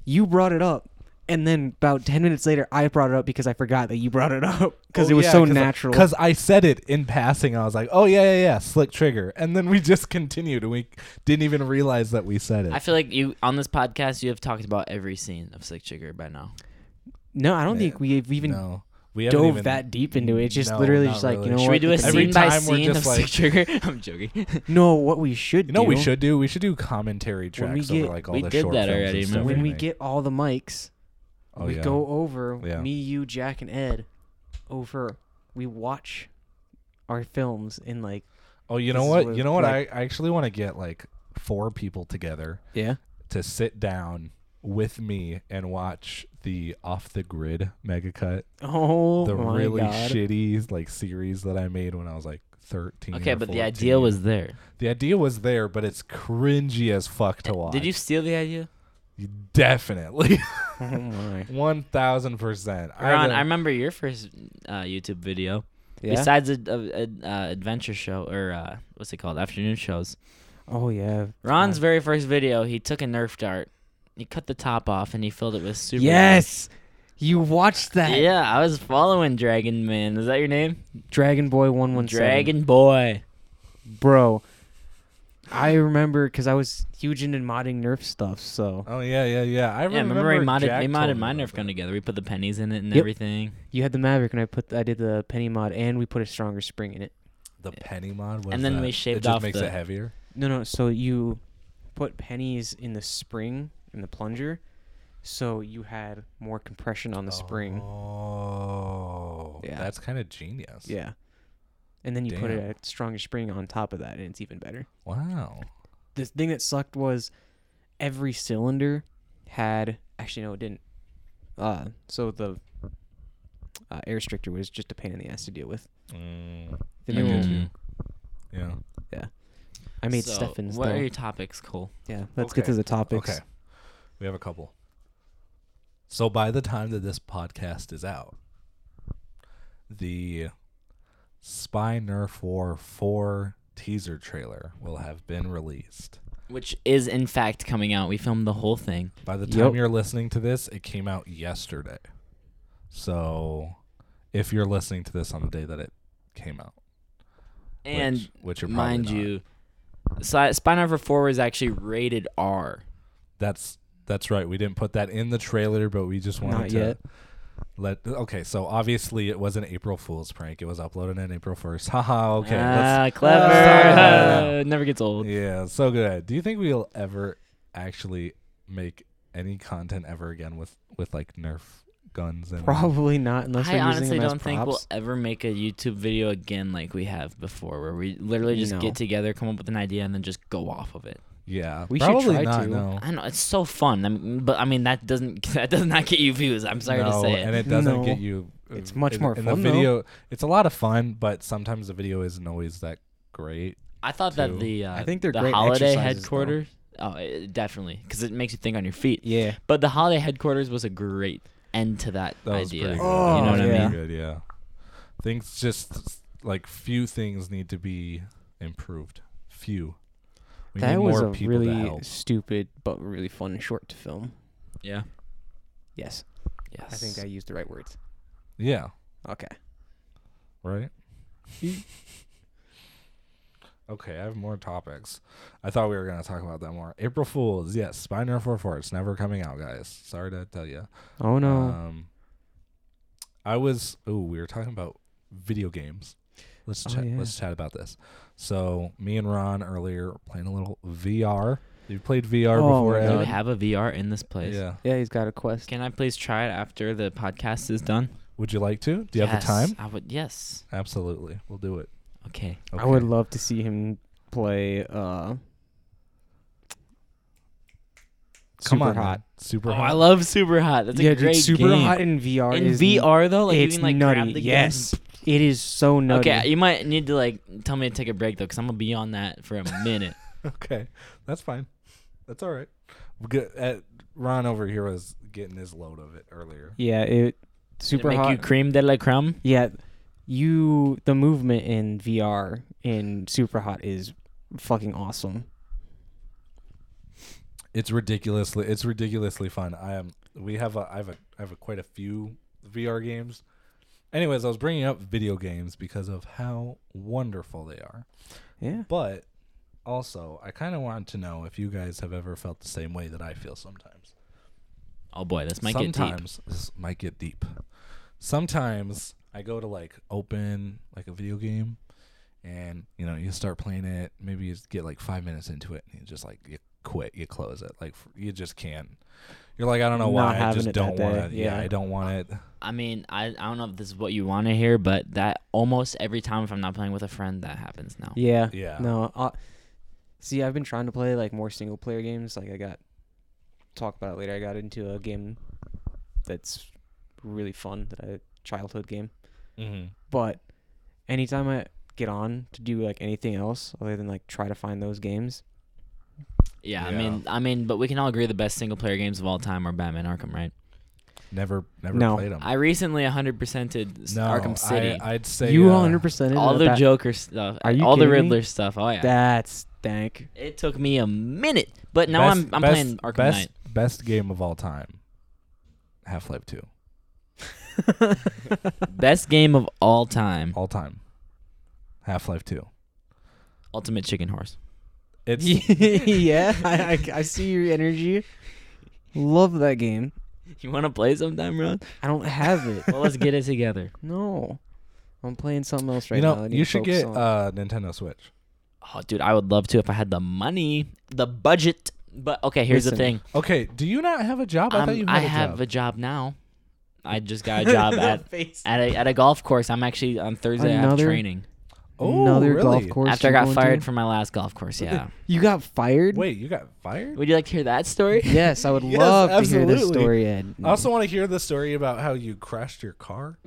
Speaker 2: You brought it up. And then about 10 minutes later, I brought it up because I forgot that you brought it up Oh, because it was so natural.
Speaker 1: Because I said it in passing, I was like, "Oh yeah, yeah, yeah, slick trigger," and then we just continued, and we didn't even realize that we said it.
Speaker 3: I feel like you on this podcast you have talked about every scene of Slick Trigger by now.
Speaker 2: no, I don't think we've even
Speaker 1: no, we haven't
Speaker 2: dove
Speaker 1: even-
Speaker 2: that deep into it. It's just
Speaker 1: No,
Speaker 2: literally
Speaker 1: not
Speaker 2: just like,
Speaker 1: really.
Speaker 2: you know
Speaker 1: Should
Speaker 3: Should
Speaker 2: what?
Speaker 3: we do a
Speaker 2: it's
Speaker 1: Every
Speaker 3: scene by
Speaker 1: time we're
Speaker 3: scene
Speaker 1: just
Speaker 3: of
Speaker 1: like-
Speaker 3: Slick Trigger? I'm joking.
Speaker 2: No, what we should
Speaker 1: You know, what we
Speaker 2: do
Speaker 1: should do. We should do commentary
Speaker 2: When we
Speaker 1: tracks
Speaker 2: get-
Speaker 1: over like all
Speaker 3: we
Speaker 1: the
Speaker 3: did
Speaker 1: short
Speaker 3: that
Speaker 1: films and
Speaker 3: already,
Speaker 1: stuff
Speaker 3: remember?
Speaker 2: when we
Speaker 1: make.
Speaker 2: get all the mics,
Speaker 1: Oh,
Speaker 2: we
Speaker 1: yeah.
Speaker 2: go over
Speaker 1: Yeah.
Speaker 2: me, you, Jack, and Ed over. We watch our films in like
Speaker 1: Oh, you know
Speaker 2: This is
Speaker 1: what?
Speaker 2: what
Speaker 1: You
Speaker 2: it's
Speaker 1: know what?
Speaker 2: like.
Speaker 1: I, I actually want to get like four people together
Speaker 2: yeah.
Speaker 1: to sit down with me and watch the off the grid mega cut,
Speaker 2: Oh
Speaker 1: the
Speaker 2: my
Speaker 1: really
Speaker 2: god!
Speaker 1: shitty like series that I made when I was like thirteen.
Speaker 3: Okay,
Speaker 1: or
Speaker 3: but the idea
Speaker 1: 14.
Speaker 3: was there.
Speaker 1: the idea was there, but it's cringy as fuck to watch.
Speaker 3: Did you steal the idea?
Speaker 1: definitely
Speaker 2: Oh my.
Speaker 1: one thousand percent?
Speaker 3: Ron, I remember your first uh, YouTube video.
Speaker 2: Yeah.
Speaker 3: Besides a, a, a uh, adventure show or uh, what's it called, afternoon shows.
Speaker 2: oh yeah.
Speaker 3: Ron's very first video, he took a Nerf dart, he cut the top off, and he filled it with super.
Speaker 2: Yes, you watched that.
Speaker 3: Yeah, I was following Dragon Man. Is that your name?
Speaker 2: Dragon Boy One One Seven.
Speaker 3: Dragon Boy.
Speaker 2: bro. I remember because I was huge into modding Nerf stuff. So
Speaker 1: Oh yeah, yeah, yeah. I
Speaker 3: Yeah,
Speaker 1: remember,
Speaker 3: remember he modded,
Speaker 1: Jack
Speaker 3: he
Speaker 1: told
Speaker 3: modded
Speaker 1: me
Speaker 3: my
Speaker 1: about
Speaker 3: Nerf gun
Speaker 1: that.
Speaker 3: together. We put the pennies in it and
Speaker 2: Yep.
Speaker 3: everything.
Speaker 2: you had the Maverick, and I put I did the penny mod, and we put a stronger spring in it.
Speaker 1: The penny mod was
Speaker 3: And then
Speaker 1: that?
Speaker 3: we
Speaker 1: it
Speaker 3: shaved
Speaker 1: just
Speaker 3: off
Speaker 1: makes
Speaker 3: the-
Speaker 1: it heavier.
Speaker 2: No, no. So you put pennies in the spring in the plunger, so you had more compression on the spring.
Speaker 1: Oh,
Speaker 2: Yeah.
Speaker 1: that's kind of genius.
Speaker 2: Yeah, and then you put
Speaker 1: Damn.
Speaker 2: a stronger spring on top of that, and it's even better.
Speaker 1: Wow.
Speaker 2: the thing that sucked was every cylinder had actually no it didn't uh so the uh, air restrictor was just a pain in the ass to deal with the
Speaker 1: I
Speaker 2: new
Speaker 1: get
Speaker 2: one-
Speaker 1: you. Yeah.
Speaker 2: i made
Speaker 3: Mm-hmm. So,
Speaker 2: Stefan's
Speaker 3: What
Speaker 2: though.
Speaker 3: are your topics, Cole?
Speaker 2: yeah let's get
Speaker 1: Okay.
Speaker 2: to the topics
Speaker 1: Okay. We have a couple. So by the time that this podcast is out, the Spy Nerf War 4 teaser trailer will have been released.
Speaker 3: Which is in fact coming out. We filmed the whole thing.
Speaker 1: By the time
Speaker 2: Yep.
Speaker 1: you're listening to this, it came out yesterday. So if you're listening to this on the day that it came out,
Speaker 3: And
Speaker 1: which, which you're probably
Speaker 3: mind
Speaker 1: not.
Speaker 3: you, si- Spy Nerf 4 is actually rated R.
Speaker 1: That's that's right. We didn't put that in the trailer, but we just wanted
Speaker 2: Not
Speaker 1: to
Speaker 2: yet.
Speaker 1: let okay, so obviously it was an April Fool's prank. It was uploaded on April first. Haha, okay.
Speaker 3: Ah,
Speaker 1: let's- Ah.
Speaker 3: clever.
Speaker 1: start that
Speaker 3: Uh, never gets old.
Speaker 1: yeah, so good. Do you think we'll ever actually make any content ever again with, with like Nerf guns and
Speaker 2: probably not unless
Speaker 3: I
Speaker 2: we're using
Speaker 3: honestly
Speaker 2: them as
Speaker 3: don't think we'll
Speaker 2: props.
Speaker 3: ever make a YouTube video again like we have before, where we literally just
Speaker 2: No.
Speaker 3: get together, come up with an idea, and then just go off of it.
Speaker 1: Yeah.
Speaker 2: We should
Speaker 1: probably
Speaker 2: try
Speaker 1: not,
Speaker 2: to.
Speaker 1: no.
Speaker 3: I know it's so fun, I mean, but I mean that doesn't that does not get you views. I'm sorry to
Speaker 1: No,
Speaker 3: say it.
Speaker 1: And it doesn't
Speaker 2: No.
Speaker 1: get you.
Speaker 2: It's much
Speaker 1: in-
Speaker 2: more
Speaker 1: in
Speaker 2: fun,
Speaker 1: the
Speaker 2: though.
Speaker 1: video. It's a lot of fun, but sometimes the video isn't always that great.
Speaker 3: I thought
Speaker 1: too.
Speaker 3: that the uh,
Speaker 2: I think they're
Speaker 3: the
Speaker 2: great
Speaker 3: holiday
Speaker 2: exercises, though.
Speaker 3: headquarters. Oh, it, definitely, because it makes you think on your feet.
Speaker 2: yeah
Speaker 3: But the holiday headquarters was a great end to that,
Speaker 1: That was
Speaker 3: idea.
Speaker 1: pretty good.
Speaker 2: Oh,
Speaker 3: you know what
Speaker 1: That was
Speaker 3: I
Speaker 2: yeah.
Speaker 3: mean?
Speaker 1: pretty Good, yeah. Things just like few things need to be improved. Few. We
Speaker 2: that
Speaker 1: need
Speaker 2: was
Speaker 1: more
Speaker 2: a
Speaker 1: people to
Speaker 2: really
Speaker 1: help.
Speaker 2: stupid but really fun short to film
Speaker 3: Yeah.
Speaker 2: yes
Speaker 3: Yes.
Speaker 2: i think i used the right words
Speaker 1: Yeah.
Speaker 2: okay
Speaker 1: Right. okay, I have more topics. I thought we were gonna talk about that more. April Fools. Yes, Spy Nerf 44. It's never coming out, guys. Sorry to tell you.
Speaker 2: oh no
Speaker 1: Um, I was. Oh, we were talking about video games. Let's
Speaker 2: Oh,
Speaker 1: chat.
Speaker 2: yeah.
Speaker 1: Let's chat about this. So me and Ron earlier were playing a little VR. You played VR
Speaker 2: Oh,
Speaker 1: before?
Speaker 2: my
Speaker 3: Do we
Speaker 1: Ed?
Speaker 2: God.
Speaker 3: have a VR in this place?
Speaker 1: Yeah.
Speaker 2: yeah he's got a quest
Speaker 3: Can I please try it after the podcast is done?
Speaker 1: Would you like to? Do you have
Speaker 3: Yes,
Speaker 1: the time?
Speaker 3: I would. Yes.
Speaker 1: Absolutely. We'll do it.
Speaker 3: Okay.
Speaker 1: Okay.
Speaker 2: I would love to see him play uh
Speaker 1: Come
Speaker 2: Super
Speaker 1: on,
Speaker 2: Hot.
Speaker 1: man. Super
Speaker 3: oh,
Speaker 1: hot.
Speaker 3: I love Super Hot. That's
Speaker 2: yeah,
Speaker 3: a
Speaker 2: dude,
Speaker 3: great
Speaker 2: Super
Speaker 3: game.
Speaker 2: Hot in VR
Speaker 3: in
Speaker 2: is
Speaker 3: VR though, like
Speaker 2: it's
Speaker 3: you can like
Speaker 2: nutty.
Speaker 3: grab the gun
Speaker 2: yes. It is so
Speaker 3: and-
Speaker 2: nutty.
Speaker 3: Okay, you might need to like tell me to take a break though, because I'm gonna be on that for a minute.
Speaker 1: okay, that's fine. That's all right. Good. Uh, Ron over here was getting his load of it earlier.
Speaker 2: Yeah, it
Speaker 3: Did it
Speaker 2: Super
Speaker 3: make
Speaker 2: Hot.
Speaker 3: you cream de la crumb.
Speaker 2: yeah. You the movement in VR in Super Hot is fucking awesome.
Speaker 1: It's ridiculously it's ridiculously fun. I am we have a I have a I have a, quite a few VR games. Anyways, I was bringing up video games because of how wonderful they are.
Speaker 2: Yeah.
Speaker 1: But also, I kind of wanted to know if you guys have ever felt the same way that I feel sometimes.
Speaker 3: Oh boy, this might get deep.
Speaker 1: sometimes this might get deep. Sometimes I go to like open like a video game, and you know you start playing it. Maybe you get like five minutes into it, and you just like you quit, you close it. Like f- you just can't. You're like, I don't know
Speaker 2: Not
Speaker 1: why. I
Speaker 2: having
Speaker 1: just
Speaker 2: it that
Speaker 1: don't want
Speaker 2: day.
Speaker 1: it. Yeah,
Speaker 2: Yeah.
Speaker 1: I don't want it.
Speaker 3: I mean, I, I don't know if this is what you want to hear, but that almost every time if I'm not playing with a friend, that happens now.
Speaker 2: Yeah.
Speaker 1: Yeah.
Speaker 2: No. Uh, see, I've been trying to play like more single player games. Like I got talk about it later. I got into a game that's really fun that I childhood game.
Speaker 1: Mm-hmm.
Speaker 2: But anytime I get on to do like anything else other than like try to find those games,
Speaker 3: Yeah, I
Speaker 1: Yeah.
Speaker 3: mean, I mean, but we can all agree the best single player games of all time are Batman Arkham, right?
Speaker 1: Never, never
Speaker 2: No.
Speaker 1: played them.
Speaker 3: I recently 100%ed s-
Speaker 1: no,
Speaker 3: Arkham City.
Speaker 1: I, I'd say
Speaker 2: you
Speaker 1: uh,
Speaker 2: 100%
Speaker 3: all the
Speaker 2: that,
Speaker 3: Joker stuff,
Speaker 2: Are you
Speaker 3: all the
Speaker 2: kidding me?
Speaker 3: Riddler stuff. Oh yeah,
Speaker 2: That's dank.
Speaker 3: it took me a minute, but now
Speaker 1: best-
Speaker 3: I'm I'm
Speaker 1: best-
Speaker 3: playing Arkham
Speaker 1: best,
Speaker 3: Knight.
Speaker 1: Best game of all time. Half Life Two,
Speaker 3: Best game of all time,
Speaker 1: all time. Half Life Two.
Speaker 3: Ultimate Chicken Horse.
Speaker 1: It's
Speaker 2: yeah, I, I, I see your energy. Love that game.
Speaker 3: You want to play sometime, Ron?
Speaker 2: I don't have it.
Speaker 3: Well, let's get it together.
Speaker 2: No. I'm playing something else right
Speaker 1: you know
Speaker 2: now. I need
Speaker 1: you
Speaker 2: to
Speaker 1: should
Speaker 2: focus
Speaker 1: get
Speaker 2: on-
Speaker 1: uh, Nintendo Switch.
Speaker 3: Oh, dude, I would love to if I had the money, the budget. But okay, here's the
Speaker 2: Listen,
Speaker 3: thing.
Speaker 1: Okay, do you not have a job? I
Speaker 3: I'm-
Speaker 1: thought you had
Speaker 3: Um, I
Speaker 1: a
Speaker 3: have
Speaker 1: job.
Speaker 3: a job now. I just got a job at at a, at a golf course. I'm actually on Thursday. I have
Speaker 2: Another
Speaker 3: training
Speaker 1: oh,
Speaker 2: Another
Speaker 1: really?
Speaker 2: golf course.
Speaker 3: after I
Speaker 2: you're
Speaker 3: got
Speaker 2: going to?
Speaker 3: fired from my last golf course. Yeah.
Speaker 2: You got fired?
Speaker 1: Wait, you got fired?
Speaker 3: would you like to hear that story?
Speaker 2: Yes, I would
Speaker 1: Yes,
Speaker 2: love to hear this
Speaker 1: absolutely.
Speaker 2: story, Ed.
Speaker 1: I also want to hear the story about how you crashed your car.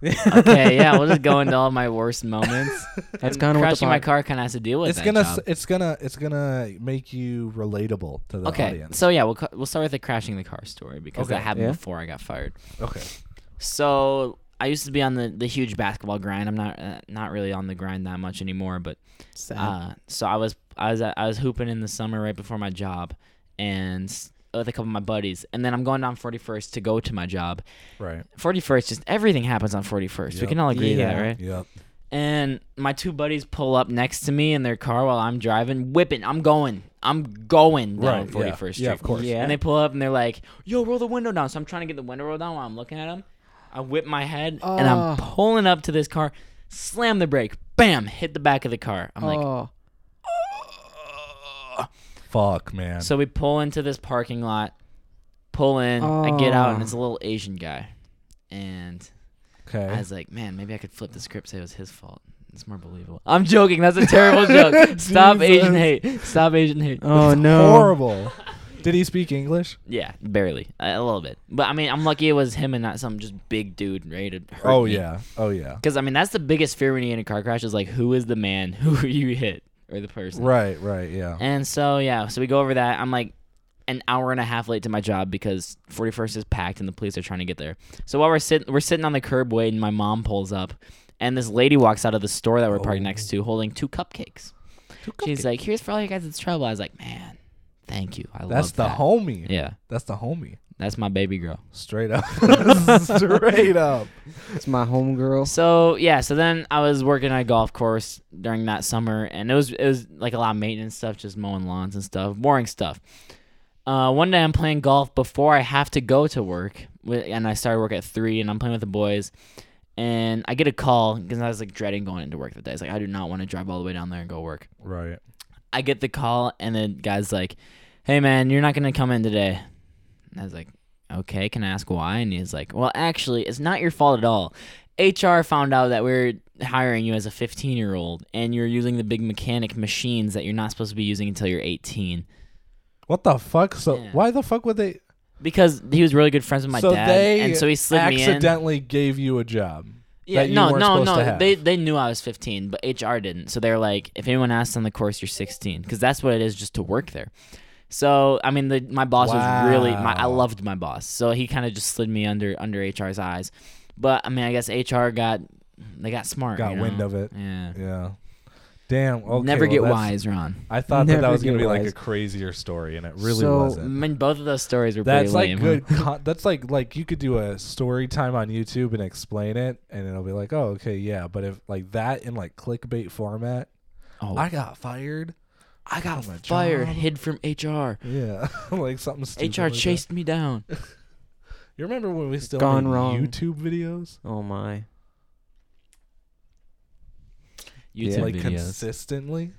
Speaker 3: okay, yeah, we'll just go into all my worst moments.
Speaker 2: That's kind of what the
Speaker 3: Crashing my
Speaker 2: pod-
Speaker 3: car kind of has to deal with.
Speaker 1: It's
Speaker 3: that
Speaker 1: gonna,
Speaker 3: job.
Speaker 1: s it's gonna, it's gonna make you relatable to the
Speaker 3: okay,
Speaker 1: audience.
Speaker 3: so yeah, we'll cu- we'll start with the crashing the car story because that
Speaker 1: Okay.
Speaker 3: happened
Speaker 2: Yeah.
Speaker 3: before I got fired.
Speaker 1: Okay.
Speaker 3: So I used to be on the, the huge basketball grind. I'm not uh, not really on the grind that much anymore, but
Speaker 2: Sad.
Speaker 3: uh, so I was I was I was hooping in the summer right before my job, and s- with a couple of my buddies, and then I'm going down 41st to go to my job.
Speaker 1: Right.
Speaker 3: 41st, just everything happens on 41st. We
Speaker 1: Yep.
Speaker 3: can all agree to that,
Speaker 2: Yeah.
Speaker 3: right?
Speaker 1: Yep.
Speaker 3: and my two buddies pull up next to me in their car while I'm driving, whipping. I'm going. I'm going down
Speaker 1: Right, yeah.
Speaker 3: 41st Street.
Speaker 1: Yeah, of course.
Speaker 2: Yeah.
Speaker 3: And they pull up and they're like, yo, roll the window down. So I'm trying to get the window rolled down while I'm looking at them. I whip my head and
Speaker 2: Oh.
Speaker 1: Ah.
Speaker 3: I'm pulling up to this car, slam the brake, bam, hit the back of the car. I'm
Speaker 1: Ah.
Speaker 3: like,
Speaker 2: oh,
Speaker 1: Fuck, man.
Speaker 3: so we pull into this parking lot, pull in, I get out,
Speaker 1: Ah.
Speaker 3: and
Speaker 2: Oh.
Speaker 3: it's a little Asian guy. And
Speaker 1: okay.
Speaker 3: I was like, man, maybe I could flip the script, say it was his fault. It's more believable. I'm joking. That's a terrible joke. Stop Asian hate. Stop Asian hate.
Speaker 2: oh no.
Speaker 1: Horrible. Did he speak English?
Speaker 3: Yeah, barely. A a little bit. But I mean, I'm lucky it was him and not some just big dude ready to hurt
Speaker 1: Oh yeah. Oh yeah.
Speaker 3: Because I mean, that's the biggest fear when you in a car crash is like, who is the man who you hit or the person?
Speaker 1: Right. Right. Yeah.
Speaker 3: And so yeah, so we go over that. I'm like an hour and a half late to my job because 41st is packed and the police are trying to get there. So while we're sitting, we're sitting on the curb waiting. My mom pulls up, and this lady walks out of the store that we're parked next
Speaker 1: Oh.
Speaker 3: to, holding two cupcakes. She's like, "Here's for all you guys that's trouble." I was like, "Man, thank you. I
Speaker 1: That's
Speaker 3: love
Speaker 1: the
Speaker 3: that."
Speaker 1: homie.
Speaker 3: Yeah,
Speaker 1: That's the homie.
Speaker 3: that's my baby girl.
Speaker 1: Straight up. Straight up.
Speaker 2: It's my homegirl.
Speaker 3: So yeah, so then I was working at a golf course during that summer, and it was it was like a lot of maintenance stuff, just mowing lawns and stuff, boring stuff. Uh, one day I'm playing golf before I have to go to work, wi- and I started work at three, and I'm playing with the boys, and I get a call because I was like dreading going into work that day. It's like I do not want to drive all the way down there and go work.
Speaker 1: Right.
Speaker 3: I get the call, and the guy's like, "Hey man, you're not gonna come in today." And I was like, "Okay, can I ask why?" And he's like, "Well, actually, it's not your fault at all. HR found out that we're hiring you as a 15 year old, and you're using the big mechanic machines that you're not supposed to be using until you're 18."
Speaker 1: What the fuck? So
Speaker 3: Yeah.
Speaker 1: why the fuck would they?
Speaker 3: Because he was really good friends with my
Speaker 1: so
Speaker 3: dad,
Speaker 1: they
Speaker 3: and so he slid me in.
Speaker 1: accidentally gave you a job.
Speaker 3: Yeah,
Speaker 1: that you
Speaker 3: no,
Speaker 1: weren't
Speaker 3: no,
Speaker 1: supposed
Speaker 3: no.
Speaker 1: to have.
Speaker 3: They they knew I was 15, but HR didn't. So they're like, if anyone asks on the course, you're 16, because that's what it is just to work there. So I mean, the, my boss was really, my, I
Speaker 1: Wow.
Speaker 3: loved my boss. So he kind of just slid me under under HR's eyes. But I mean, I guess HR got they got smart.
Speaker 1: Got
Speaker 3: you know?
Speaker 1: wind of it.
Speaker 3: Yeah.
Speaker 1: Yeah. Damn. Okay,
Speaker 3: Never
Speaker 1: well,
Speaker 3: get
Speaker 1: that's-
Speaker 3: wise, Ron.
Speaker 1: I thought that that
Speaker 2: Never
Speaker 1: was gonna
Speaker 2: get
Speaker 1: be like
Speaker 2: wise.
Speaker 1: a crazier story, and it really
Speaker 2: So-
Speaker 3: I
Speaker 1: wasn't.
Speaker 3: mean, both of those stories were
Speaker 1: That's
Speaker 3: pretty
Speaker 1: like
Speaker 3: mm, lame, huh?
Speaker 1: good. Con- that's like like you could do a story time on YouTube and explain it, and it'll be like, oh, okay, yeah. But if like that in like clickbait format,
Speaker 3: Oh,
Speaker 1: I got fired. I got my
Speaker 3: fire
Speaker 1: job.
Speaker 3: hid from HR.
Speaker 1: Yeah, like something stupid.
Speaker 3: HR
Speaker 1: like that.
Speaker 3: chased me down.
Speaker 1: You remember when we still
Speaker 2: Gone
Speaker 1: made
Speaker 2: wrong.
Speaker 1: YouTube videos?
Speaker 2: Oh my.
Speaker 3: YouTube
Speaker 2: Yeah.
Speaker 1: like
Speaker 3: videos.
Speaker 1: consistently.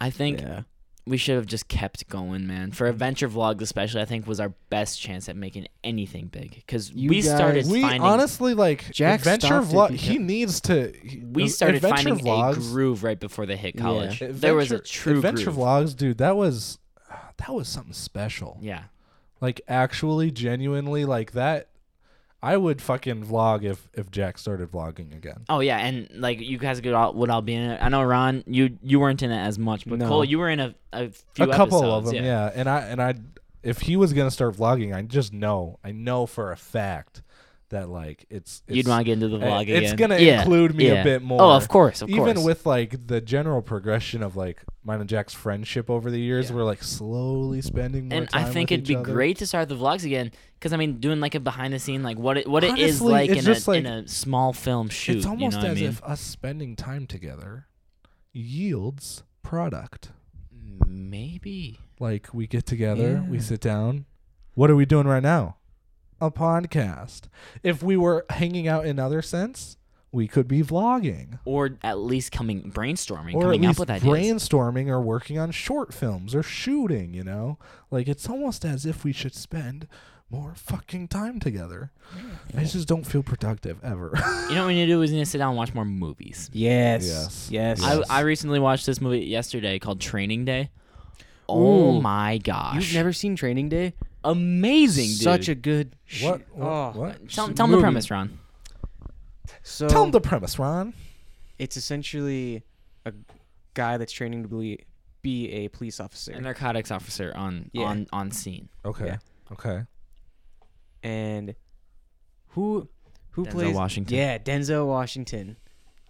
Speaker 3: I think
Speaker 2: yeah.
Speaker 3: we should have just kept going, man.
Speaker 1: Mm-hmm.
Speaker 3: For adventure vlogs, especially, I think was our best chance at making anything big because
Speaker 2: You
Speaker 3: we started
Speaker 2: guys-
Speaker 1: we
Speaker 3: finding
Speaker 1: honestly like
Speaker 2: Jack
Speaker 1: adventure
Speaker 2: stopped it
Speaker 1: vlog.
Speaker 2: because-
Speaker 1: He needs to. he-
Speaker 3: we started
Speaker 1: uh, adventure
Speaker 3: finding
Speaker 1: vlogs,
Speaker 3: a groove right before they hit
Speaker 2: Yeah.
Speaker 3: college. there was a
Speaker 1: adventure-
Speaker 3: true
Speaker 1: adventure
Speaker 3: groove.
Speaker 1: vlogs, dude. That was that was something special.
Speaker 3: Yeah,
Speaker 1: Like actually, genuinely, like that. I would fucking vlog if if Jack started vlogging again.
Speaker 3: Oh yeah, and like you guys could all, would all be in it. I know Ron, you you weren't in it as much, but
Speaker 2: No.
Speaker 3: Cole, you were in a a few
Speaker 1: a couple
Speaker 3: episodes,
Speaker 1: of them, yeah. And I and I, if he was gonna start vlogging, I just know, I know for a fact that like it's, it's
Speaker 3: You'd want to get into the
Speaker 1: uh,
Speaker 3: vlog again.
Speaker 1: It's gonna
Speaker 3: Yeah,
Speaker 1: include me
Speaker 3: yeah.
Speaker 1: a bit more.
Speaker 3: Oh, of course, of course.
Speaker 1: Even with like the general progression of like mine and Jack's friendship over the years,
Speaker 3: Yeah.
Speaker 1: we're like slowly spending more
Speaker 3: and
Speaker 1: time
Speaker 3: I think
Speaker 1: with
Speaker 3: it'd be
Speaker 1: each other.
Speaker 3: great to start the vlogs again because I mean, doing like a behind the scene, like what it what it is
Speaker 1: Honestly,
Speaker 3: like
Speaker 1: it's
Speaker 3: in
Speaker 1: just
Speaker 3: a
Speaker 1: like-
Speaker 3: in a small film shoot.
Speaker 1: It's almost
Speaker 3: you know what
Speaker 1: as
Speaker 3: I mean?
Speaker 1: if us spending time together yields product.
Speaker 3: maybe.
Speaker 1: Like we get together, we
Speaker 2: Yeah.
Speaker 1: sit down. What are we doing right now? A podcast. If we were hanging out in other sense, we could be vlogging.
Speaker 3: Or at least coming brainstorming,
Speaker 1: or
Speaker 3: coming
Speaker 1: at least
Speaker 3: up with ideas.
Speaker 1: brainstorming or working on short films or shooting, you know? Like it's almost as if we should spend more fucking time together. I just don't feel productive ever.
Speaker 3: you know what we need to do is we need to sit down and watch more movies.
Speaker 2: Yes.
Speaker 1: Yes.
Speaker 2: Yes.
Speaker 3: I,
Speaker 1: Yes.
Speaker 3: I recently watched this movie yesterday called Training Day. Oh
Speaker 2: Ooh.
Speaker 3: my gosh!
Speaker 2: You've never seen Training Day?
Speaker 3: amazing, dude.
Speaker 2: Such a good. sh-
Speaker 1: what? What?
Speaker 2: oh.
Speaker 1: what?
Speaker 3: Tell, tell 'em the
Speaker 2: movie.
Speaker 3: premise, Ron.
Speaker 2: So
Speaker 1: Tell him the premise, Ron.
Speaker 2: it's essentially a guy that's training to be, be a police officer,
Speaker 3: A
Speaker 2: and,
Speaker 3: narcotics officer on
Speaker 2: Yeah.
Speaker 3: on on scene.
Speaker 1: Okay.
Speaker 2: Yeah.
Speaker 1: Okay.
Speaker 2: who who
Speaker 3: Denzel
Speaker 2: plays
Speaker 3: Washington.
Speaker 2: Yeah, Denzel Washington.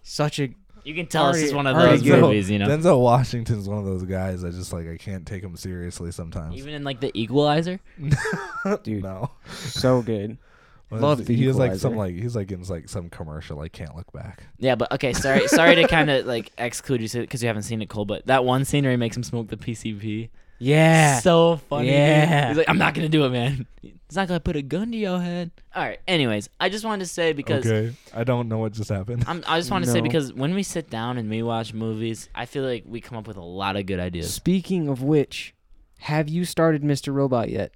Speaker 2: Such a
Speaker 3: You can tell
Speaker 2: Already-
Speaker 3: this is one of
Speaker 2: already
Speaker 3: those
Speaker 2: good.
Speaker 3: movies, you know.
Speaker 1: Denzel Washington's one of those guys I just like I can't take him seriously sometimes.
Speaker 3: Even in like the Equalizer.
Speaker 2: dude,
Speaker 1: no.
Speaker 2: so good.
Speaker 1: What
Speaker 2: Love
Speaker 1: is
Speaker 2: The
Speaker 1: it? he is like some
Speaker 2: Equalizer.
Speaker 1: like he's like in like some commercial like can't look back.
Speaker 3: Yeah, but okay. Sorry, sorry to kind of like exclude you because you haven't seen it, Cole. But that one scene where he makes him smoke the PCP.
Speaker 2: Yeah.
Speaker 3: So funny. dude.
Speaker 2: Yeah.
Speaker 3: He's like, I'm not gonna do it, man. He's not gonna put a gun to your head. All right. Anyways, I just wanted to say because
Speaker 1: Okay. I don't know what just happened.
Speaker 3: I'm, I just want to say
Speaker 2: No.
Speaker 3: because when we sit down and we watch movies, I feel like we come up with a lot of good ideas.
Speaker 2: Speaking of which, have you started Mr. Robot yet?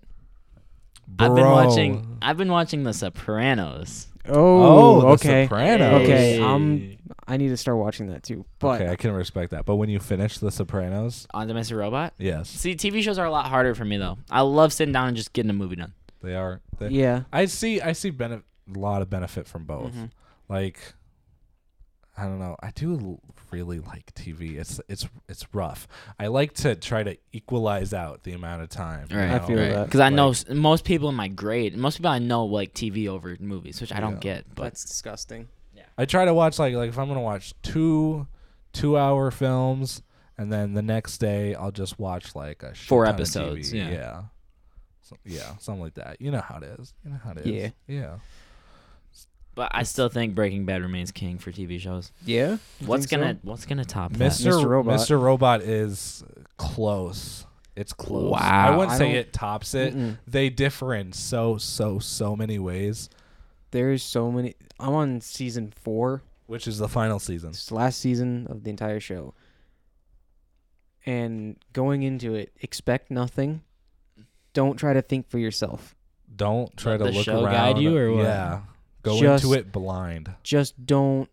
Speaker 3: I've been
Speaker 1: Bro.
Speaker 3: watching. I've been watching The Sopranos.
Speaker 1: Oh, The
Speaker 2: okay.
Speaker 1: Sopranos.
Speaker 2: Okay,
Speaker 3: Hey.
Speaker 2: um, I need to start watching that too. But
Speaker 1: okay, I can respect that. But when you finish The Sopranos,
Speaker 3: On to Mr. Robot.
Speaker 1: yes,
Speaker 3: See, TV shows are a lot harder for me though. I love sitting down and just getting a movie done.
Speaker 1: they are. They,
Speaker 2: yeah,
Speaker 1: I see. I see benef- a lot of benefit from both.
Speaker 3: Mhm.
Speaker 1: Like, I don't know. I do l- really like TV. It's it's it's rough. I like to try to equalize out the amount of time. you
Speaker 3: Right.
Speaker 2: I
Speaker 1: know?
Speaker 2: feel that.
Speaker 3: Because I know
Speaker 1: Like-
Speaker 3: s most people in my grade, most people I know like TV over movies, which I don't
Speaker 1: Yeah.
Speaker 3: get. But
Speaker 2: that's disgusting.
Speaker 1: I try to watch like like if I'm gonna watch two two hour films, and then the next day I'll just watch like a shit
Speaker 3: Four
Speaker 1: ton of
Speaker 3: episodes,
Speaker 1: TV.
Speaker 3: yeah.
Speaker 1: yeah. So- yeah, something like that. You know how it is. You know how it is.
Speaker 2: Yeah.
Speaker 1: Yeah.
Speaker 3: but I still think Breaking Bad remains king for TV shows.
Speaker 2: Yeah, You
Speaker 3: What's
Speaker 2: think so?
Speaker 3: gonna What's gonna top
Speaker 1: Mr.
Speaker 2: Mr. Robot.
Speaker 1: Mr. Robot is close. It's close.
Speaker 3: Wow.
Speaker 1: I wouldn't
Speaker 2: I
Speaker 1: say
Speaker 2: don't-
Speaker 1: it tops it.
Speaker 2: Mm-mm.
Speaker 1: They differ in so so so many ways,
Speaker 2: There's so many. I'm on season four.
Speaker 1: which is the final season.
Speaker 2: It's the last season of the entire show. And going into it, expect nothing. Don't try to think for yourself.
Speaker 1: Don't try
Speaker 3: Let
Speaker 1: to
Speaker 3: the
Speaker 1: look
Speaker 3: show
Speaker 1: around.
Speaker 3: guide you or what?
Speaker 1: Yeah. Go
Speaker 2: Just-
Speaker 1: into it blind.
Speaker 2: Just don't,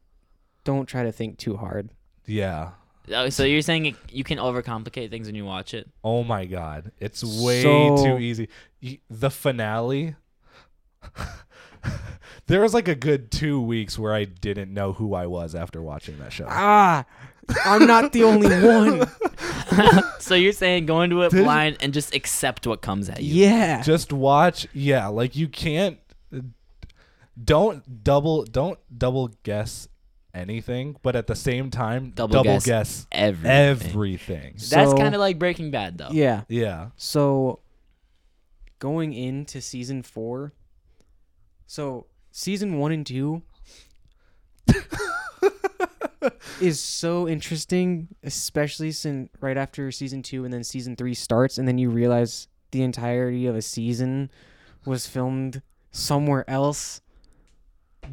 Speaker 2: don't try to think too hard.
Speaker 1: Yeah.
Speaker 3: that? Oh, so you're saying it, you can overcomplicate things when you watch it?
Speaker 1: Oh my god, it's way
Speaker 2: So-
Speaker 1: too easy. Y- The finale. there was like a good two weeks where I didn't know who I was after watching that show.
Speaker 2: Ah, I'm not the only one.
Speaker 3: so you're saying go into it
Speaker 1: Did-
Speaker 3: blind and just accept what comes at you?
Speaker 2: Yeah.
Speaker 1: Just watch, yeah. Like you can't. Don't double. Don't double guess anything, but at the same time,
Speaker 3: Double
Speaker 1: double,
Speaker 3: guess
Speaker 1: guess,
Speaker 3: Everything.
Speaker 1: everything.
Speaker 3: That's
Speaker 2: So-
Speaker 3: kind of like Breaking Bad though.
Speaker 2: Yeah.
Speaker 1: Yeah.
Speaker 2: So going into season four, so season one and two is so interesting, especially since right after season two and then season three starts, and then you realize the entirety of a season was filmed somewhere else.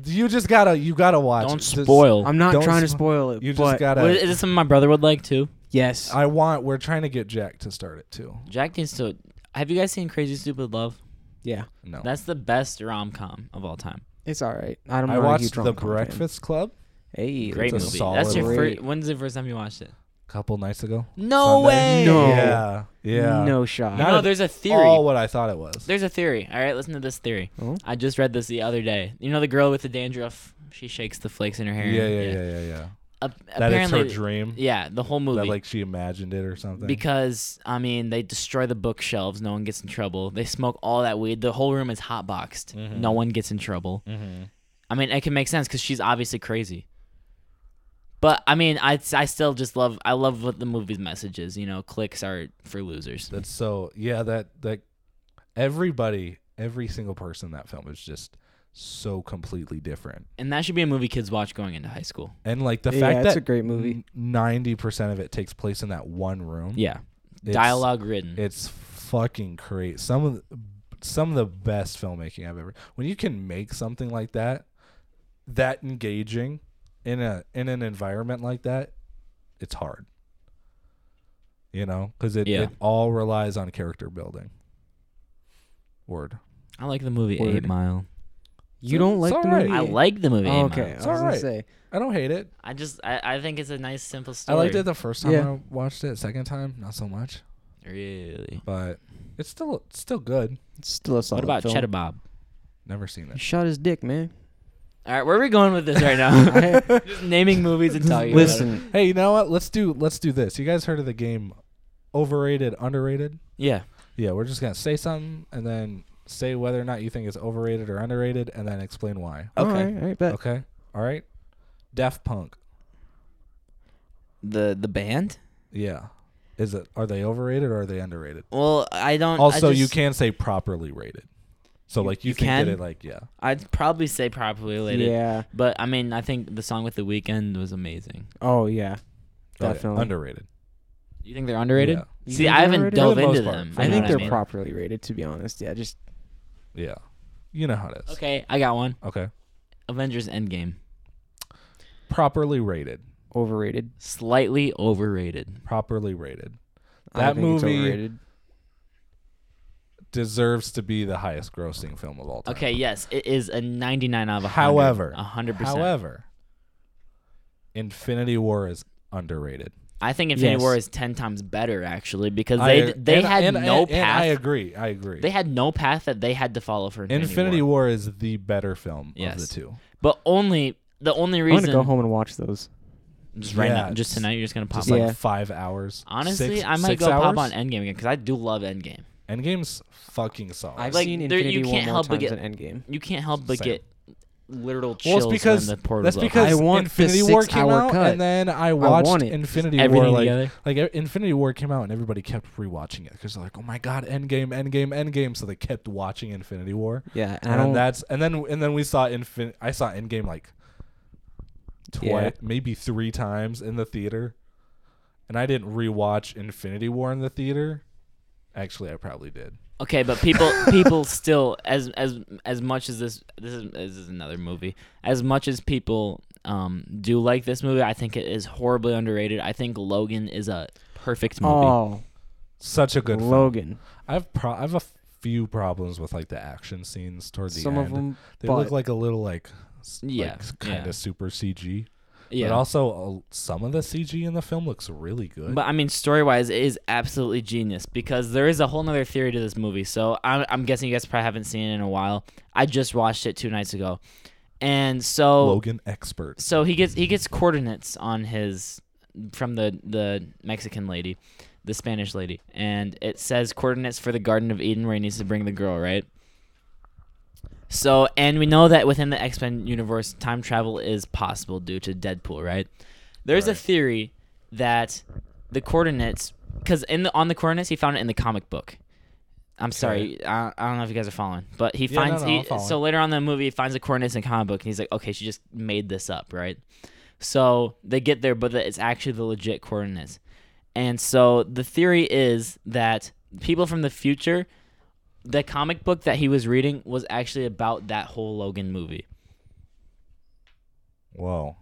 Speaker 1: You just gotta. You gotta watch.
Speaker 3: Don't
Speaker 1: Just-
Speaker 3: spoil.
Speaker 2: I'm not
Speaker 1: Don't
Speaker 2: trying to
Speaker 1: spo-
Speaker 2: spoil it,
Speaker 1: You
Speaker 2: but
Speaker 1: just gotta.
Speaker 3: What- is this something my brother would like too?
Speaker 2: Yes.
Speaker 1: I want. We're trying to get Jack to start it too.
Speaker 3: Jack needs to. Have you guys seen Crazy Stupid Love?
Speaker 2: yeah.
Speaker 1: No,
Speaker 3: That's the best rom com of all time.
Speaker 2: It's all right. I don't.
Speaker 1: I watched The Breakfast Club
Speaker 2: Hey,
Speaker 3: Great
Speaker 1: It's a
Speaker 3: movie.
Speaker 1: solid
Speaker 3: That's your
Speaker 2: movie.
Speaker 3: first. When's the first time you watched it?
Speaker 1: a couple nights ago.
Speaker 3: No
Speaker 1: Sunday.
Speaker 3: way. Oh.
Speaker 2: No.
Speaker 1: Yeah, yeah.
Speaker 2: No shot.
Speaker 1: Not
Speaker 3: No,
Speaker 1: at
Speaker 3: there's a theory.
Speaker 1: All what I thought it was.
Speaker 3: There's a theory. All right, listen to this theory.
Speaker 2: Oh.
Speaker 3: I just read this the other day. You know the girl with the dandruff? She shakes the flakes in her hair.
Speaker 1: yeah, yeah, yeah, yeah, yeah.
Speaker 3: Ap-
Speaker 1: That it's
Speaker 3: apparently,
Speaker 1: her dream.
Speaker 3: Yeah, the whole movie.
Speaker 1: That like she imagined it or something.
Speaker 3: because I mean, they destroy the bookshelves. No one gets in trouble. They smoke all that weed. The whole room is hotboxed.
Speaker 1: Mm-hmm.
Speaker 3: No one gets in trouble. I mean, it can make sense because she's obviously crazy. But I mean, I, I still just love I love what the movie's message is. You know, clicks are for losers.
Speaker 1: that's so. Yeah, that that everybody, every single person in that film is just so completely different.
Speaker 3: And that should be a movie kids watch going into high school.
Speaker 1: And like the
Speaker 2: Yeah,
Speaker 1: fact
Speaker 2: it's
Speaker 1: that
Speaker 2: a great movie.
Speaker 1: Ninety percent of it takes place in that one room.
Speaker 3: Yeah,
Speaker 1: It's-
Speaker 3: dialogue ridden.
Speaker 1: It's fucking crazy. Some of the, some of the best filmmaking I've ever. When you can make something like that, that engaging in a in an environment like that, it's hard. You know, because it,
Speaker 3: Yeah.
Speaker 1: it all relies on character building. Word.
Speaker 3: I like the movie
Speaker 2: Word.
Speaker 3: Eight Mile.
Speaker 2: You don't
Speaker 1: it's
Speaker 2: like the
Speaker 1: alright.
Speaker 2: movie?
Speaker 3: I like the movie.
Speaker 2: Oh,
Speaker 3: Eight
Speaker 2: okay,
Speaker 3: Mile.
Speaker 1: It's
Speaker 2: I was gonna
Speaker 1: alright.
Speaker 2: say
Speaker 1: I don't hate it.
Speaker 3: I just I, I think it's a nice simple
Speaker 1: I
Speaker 3: story.
Speaker 1: liked it the first time
Speaker 2: Yeah.
Speaker 1: I watched it. Second time, not so much,
Speaker 3: Really.
Speaker 1: but it's still it's still good.
Speaker 2: it's still a solid
Speaker 3: What about
Speaker 2: film.
Speaker 3: Cheddar Bob?
Speaker 1: Never seen
Speaker 2: He
Speaker 1: it.
Speaker 2: shot his dick, man.
Speaker 3: All right, where are we going with this right now? Just naming movies and talking. about
Speaker 2: Listen,
Speaker 1: Hey, you know what? Let's do let's do this. You guys heard of the game overrated, underrated?
Speaker 3: it. yeah,
Speaker 1: Yeah, we're just gonna say something and then say whether or not you think it's overrated or underrated, and then explain why.
Speaker 2: okay, all
Speaker 3: Okay.
Speaker 2: right, all right, bet.
Speaker 1: Okay, all right. Daft Punk.
Speaker 3: the the band.
Speaker 1: Yeah, is it? Are they overrated or are they underrated?
Speaker 3: Well, I don't.
Speaker 1: Also,
Speaker 3: I
Speaker 1: you
Speaker 3: just-
Speaker 1: can say properly rated. So like you,
Speaker 3: you
Speaker 1: think
Speaker 3: can?
Speaker 1: that it like yeah.
Speaker 3: I'd probably say probably related.
Speaker 2: Yeah.
Speaker 3: But I mean, I think the song with the weekend was amazing.
Speaker 2: Oh yeah.
Speaker 1: Oh, yeah,
Speaker 2: Definitely.
Speaker 1: underrated.
Speaker 3: You think they're underrated?
Speaker 1: Yeah.
Speaker 2: You
Speaker 3: See,
Speaker 2: think
Speaker 3: I
Speaker 2: they're
Speaker 3: haven't
Speaker 2: underrated?
Speaker 1: For
Speaker 3: dove
Speaker 1: the most
Speaker 3: into
Speaker 1: part,
Speaker 3: them.
Speaker 1: for
Speaker 2: I
Speaker 1: You
Speaker 3: know
Speaker 2: think
Speaker 3: what
Speaker 2: they're
Speaker 3: mean.
Speaker 2: properly rated, to be honest. Yeah, just
Speaker 1: Yeah, you know how it is.
Speaker 3: Okay, I got one.
Speaker 1: Okay.
Speaker 3: Avengers Endgame.
Speaker 1: Properly rated.
Speaker 2: overrated.
Speaker 3: Slightly overrated.
Speaker 1: Properly rated.
Speaker 2: I
Speaker 1: That
Speaker 2: think it's
Speaker 1: movie-
Speaker 2: overrated.
Speaker 1: Deserves to be the highest grossing film of all time.
Speaker 3: Okay, yes, it is a 99 out of 100.
Speaker 1: However,
Speaker 3: 100%.
Speaker 1: However, Infinity War is underrated.
Speaker 3: I think Infinity
Speaker 2: Yes.
Speaker 3: War is 10 times better actually because
Speaker 1: I-
Speaker 3: they they
Speaker 1: and-
Speaker 3: had
Speaker 1: and-
Speaker 3: no
Speaker 1: and-
Speaker 3: path.
Speaker 1: And I agree. I agree.
Speaker 3: They had no path that they had to follow for Infinity,
Speaker 1: Infinity
Speaker 3: War.
Speaker 1: War. is the better film of
Speaker 3: Yes.
Speaker 1: the two.
Speaker 3: But only the only
Speaker 2: I'm
Speaker 3: reason
Speaker 2: gonna go home and watch those.
Speaker 3: just right
Speaker 1: Yeah,
Speaker 3: now, just
Speaker 1: it's
Speaker 3: tonight, you're just gonna pop
Speaker 1: Just
Speaker 3: on.
Speaker 1: like
Speaker 2: Yeah.
Speaker 1: five hours.
Speaker 3: Honestly,
Speaker 1: Six-
Speaker 3: I might
Speaker 1: six
Speaker 3: go pop
Speaker 1: hours?
Speaker 3: on Endgame again because I do love Endgame.
Speaker 1: Endgame's fucking solid.
Speaker 2: I've
Speaker 3: Like,
Speaker 2: seen
Speaker 3: there- you
Speaker 2: Infinity War
Speaker 3: can't
Speaker 2: more
Speaker 3: help but
Speaker 2: times
Speaker 3: get-
Speaker 2: than Endgame.
Speaker 3: You can't help but
Speaker 1: Same.
Speaker 3: get literal
Speaker 1: well,
Speaker 3: chills
Speaker 1: it's because
Speaker 3: when the portals
Speaker 1: that's
Speaker 3: open.
Speaker 1: because
Speaker 2: I want the
Speaker 1: Infinity War came
Speaker 2: six-hour
Speaker 1: out,
Speaker 2: cut.
Speaker 1: and then I
Speaker 2: want
Speaker 1: watched
Speaker 2: it.
Speaker 1: Infinity
Speaker 3: everything
Speaker 1: War like
Speaker 3: together.
Speaker 1: like uh, Infinity War came out, and everybody kept rewatching it because they're like, "Oh my god, Endgame, Endgame, Endgame!" So they kept watching Infinity War.
Speaker 2: Yeah, and I
Speaker 1: and
Speaker 2: don't.
Speaker 1: that's and then and then we saw infin I saw Endgame like twice,
Speaker 2: Yeah.
Speaker 1: maybe three times in the theater, and I didn't rewatch Infinity War in the theater. Actually, I probably did.
Speaker 3: Okay, but people people still as as as much as this this is this is another movie. As much as people um do like this movie, I think it is horribly underrated. I think Logan is a perfect movie.
Speaker 2: oh,
Speaker 1: Such a good. film.
Speaker 2: Logan.
Speaker 1: I've pro- I've a few problems with like the action scenes towards the
Speaker 2: Some
Speaker 1: end.
Speaker 2: of them.
Speaker 1: they
Speaker 2: but
Speaker 1: look like a little like s-
Speaker 3: Yeah,
Speaker 1: like kind of
Speaker 3: yeah.
Speaker 1: super CG.
Speaker 3: yeah.
Speaker 1: But also uh, some of the CG in the film looks really good.
Speaker 3: But I mean, story wise, it is absolutely genius because there is a whole nother theory to this movie. So I'm, I'm guessing you guys probably haven't seen it in a while. I just watched it two nights ago, and
Speaker 2: oh.
Speaker 3: so
Speaker 1: Logan expert.
Speaker 3: so he gets he gets coordinates on his from the the Mexican lady, the Spanish lady, and it says coordinates for the Garden of Eden where he needs to bring the girl, right? So, and we know that within the X Men universe, time travel is possible due to Deadpool, right? There's a theory that the coordinates, because in the on the coordinates he found it in the comic book. I'm sorry, I, I don't know if you guys are following, but he
Speaker 1: Yeah, no,
Speaker 3: finds
Speaker 1: no, I'm
Speaker 3: he
Speaker 1: following.
Speaker 3: so later on in the movie he finds the coordinates in the comic book and he's like, okay, she just made this up, right? So they get there, but it's actually the legit coordinates. And so the theory is that people from the future, the comic book that he was reading was actually about that whole Logan movie.
Speaker 1: Whoa.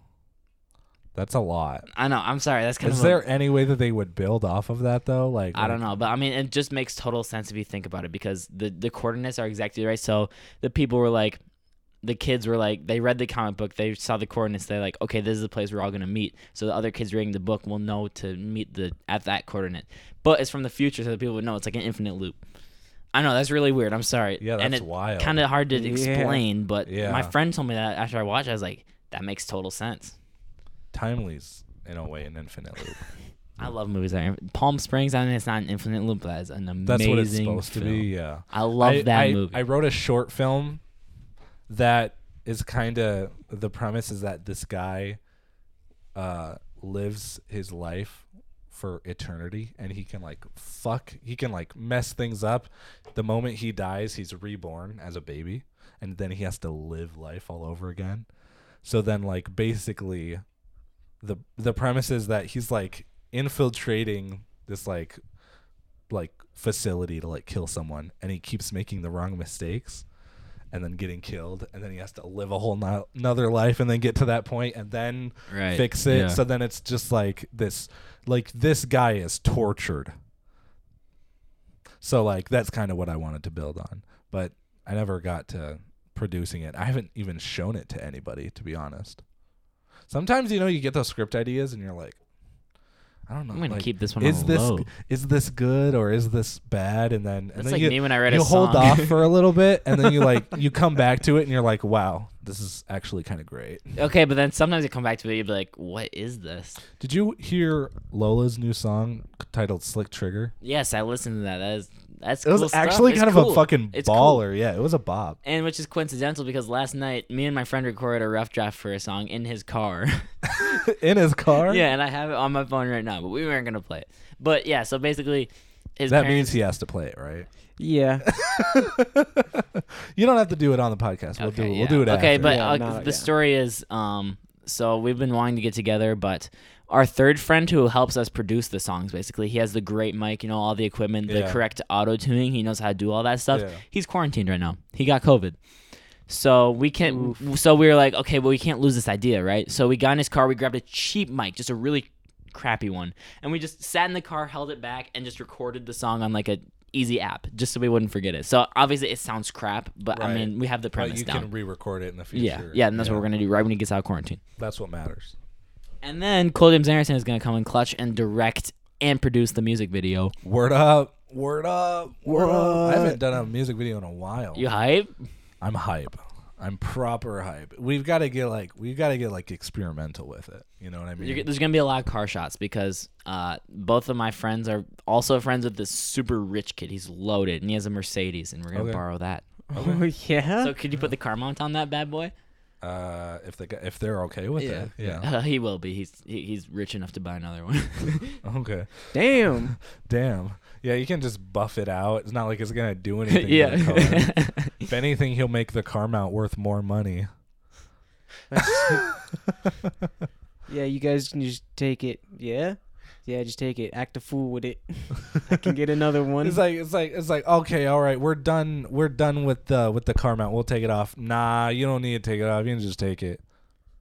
Speaker 1: That's a lot.
Speaker 3: I know. I'm sorry. That's kind
Speaker 1: Is
Speaker 3: of. a-
Speaker 1: there any way that they would build off of that though? Like
Speaker 3: I don't know, but I mean, it just makes total sense if you think about it because the the coordinates are exactly right. So the people were like, the kids were like, they read the comic book, they saw the coordinates, they're like, okay, this is the place we're all gonna meet. So the other kids reading the book will know to meet the at that coordinate, but it's from the future, so the people would know. It's like an infinite loop. I know that's really weird. I'm sorry.
Speaker 1: Yeah,
Speaker 3: and
Speaker 1: that's
Speaker 3: it,
Speaker 1: wild.
Speaker 3: Kind of hard to
Speaker 2: Yeah.
Speaker 3: explain, but
Speaker 1: Yeah.
Speaker 3: my friend told me that after I watched, I was like, that makes total sense.
Speaker 1: Timely's in a way an infinite loop.
Speaker 3: I love movies that are inf- Palm Springs. I mean, it's not an infinite loop, but that's an amazing.
Speaker 1: That's what it's supposed to
Speaker 3: film.
Speaker 1: be. Yeah.
Speaker 3: I love
Speaker 1: I-
Speaker 3: that
Speaker 1: I-
Speaker 3: movie.
Speaker 1: I wrote a short film that is kind of the premise is that this guy uh, lives his life for eternity and he can like fuck he can like mess things up the moment he dies he's reborn as a baby and then he has to live life all over again so then like basically the the premise is that he's like infiltrating this like like facility to like kill someone and he keeps making the wrong mistakes and then getting killed and then he has to live a whole no- another life and then get to that point and then
Speaker 3: Right,
Speaker 1: fix it
Speaker 3: yeah.
Speaker 1: so then it's just like this like this guy is tortured so like that's kind of what i wanted to build on but i never got to producing it i haven't even shown it to anybody to be honest sometimes you know you get those script ideas and you're like i don't know
Speaker 3: I'm gonna
Speaker 1: like,
Speaker 3: keep this one
Speaker 1: is
Speaker 3: on
Speaker 1: this
Speaker 3: low.
Speaker 1: is this good or is this bad and then and
Speaker 3: That's
Speaker 1: then
Speaker 3: like
Speaker 1: you,
Speaker 3: me when I read a
Speaker 1: you hold
Speaker 3: song.
Speaker 1: off for a little bit and then you like you come back to it and you're like wow this is actually kind of great
Speaker 3: Okay, but then sometimes you come back to it, you'd be like, "What is this?"
Speaker 1: did you hear lola's new song titled slick trigger
Speaker 3: Yes, I listened to that. That is that's
Speaker 1: it was
Speaker 3: cool stuff.
Speaker 1: actually
Speaker 3: It's
Speaker 1: kind of
Speaker 3: cool.
Speaker 1: a fucking
Speaker 3: It's cool.
Speaker 1: baller yeah it was a bop
Speaker 3: And which is coincidental because last night me and my friend recorded a rough draft for a song in his car.
Speaker 1: in his car
Speaker 3: yeah, and I have it on my phone right now, but we weren't gonna play it. But yeah, so basically, his
Speaker 1: that
Speaker 3: parents.
Speaker 1: means he has to play it right
Speaker 2: Yeah.
Speaker 1: you don't have to do it on the podcast we'll do it
Speaker 3: Okay,
Speaker 1: we'll do it
Speaker 3: yeah. Okay,
Speaker 1: after.
Speaker 3: but
Speaker 2: Yeah,
Speaker 3: uh,
Speaker 2: no, yeah.
Speaker 3: the story is um so we've been wanting to get together, but our third friend who helps us produce the songs basically, he has the great mic, you know, all the equipment, the
Speaker 1: Yeah.
Speaker 3: correct auto tuning, he knows how to do all that stuff.
Speaker 1: Yeah.
Speaker 3: He's quarantined right now. He got COVID. So we can't. So we were like, okay, well, we can't lose this idea, right? So we got in his car. We grabbed a cheap mic, just a really crappy one, and we just sat in the car, held it back, and just recorded the song on like a easy app, just so we wouldn't forget it. So obviously, it sounds crap, but I
Speaker 1: Right.
Speaker 3: mean, we have the
Speaker 1: But
Speaker 3: premise
Speaker 1: you
Speaker 3: down.
Speaker 1: can re-record it in the future
Speaker 3: yeah, yeah, and that's what we're gonna do right when he gets out of quarantine.
Speaker 1: that's what matters
Speaker 3: And then Cole James Anderson is gonna come in clutch and direct and produce the music video.
Speaker 1: Word up. Word up. Word up. I haven't done a music video in a while.
Speaker 3: You hype?
Speaker 1: I'm hype. I'm proper hype. We've got to get like we've got to get like experimental with it. You know what I mean?
Speaker 3: You're, g- there's gonna be a lot of car shots because uh, both of my friends are also friends with this super rich kid. He's loaded and he has a Mercedes, and we're gonna
Speaker 1: Okay.
Speaker 3: borrow that.
Speaker 2: Oh yeah.
Speaker 3: So could you put the car mount on that bad boy?
Speaker 1: uh, if they if they're okay with it, yeah.
Speaker 3: Uh, he will be. He's he, he's rich enough to buy another one.
Speaker 1: Okay.
Speaker 2: Damn.
Speaker 1: Damn. Yeah, you can just buff it out. It's not like it's gonna do anything. to
Speaker 3: yeah.
Speaker 1: the car. if anything, he'll make the car mount worth more money.
Speaker 2: Yeah, you guys can just take it. Yeah. Yeah, just take it. Act a fool with it. I can get another one.
Speaker 1: It's like it's like it's like okay, all right, we're done. We're done with the with the car mount. We'll take it off. Nah, you don't need to take it off. You can just take it.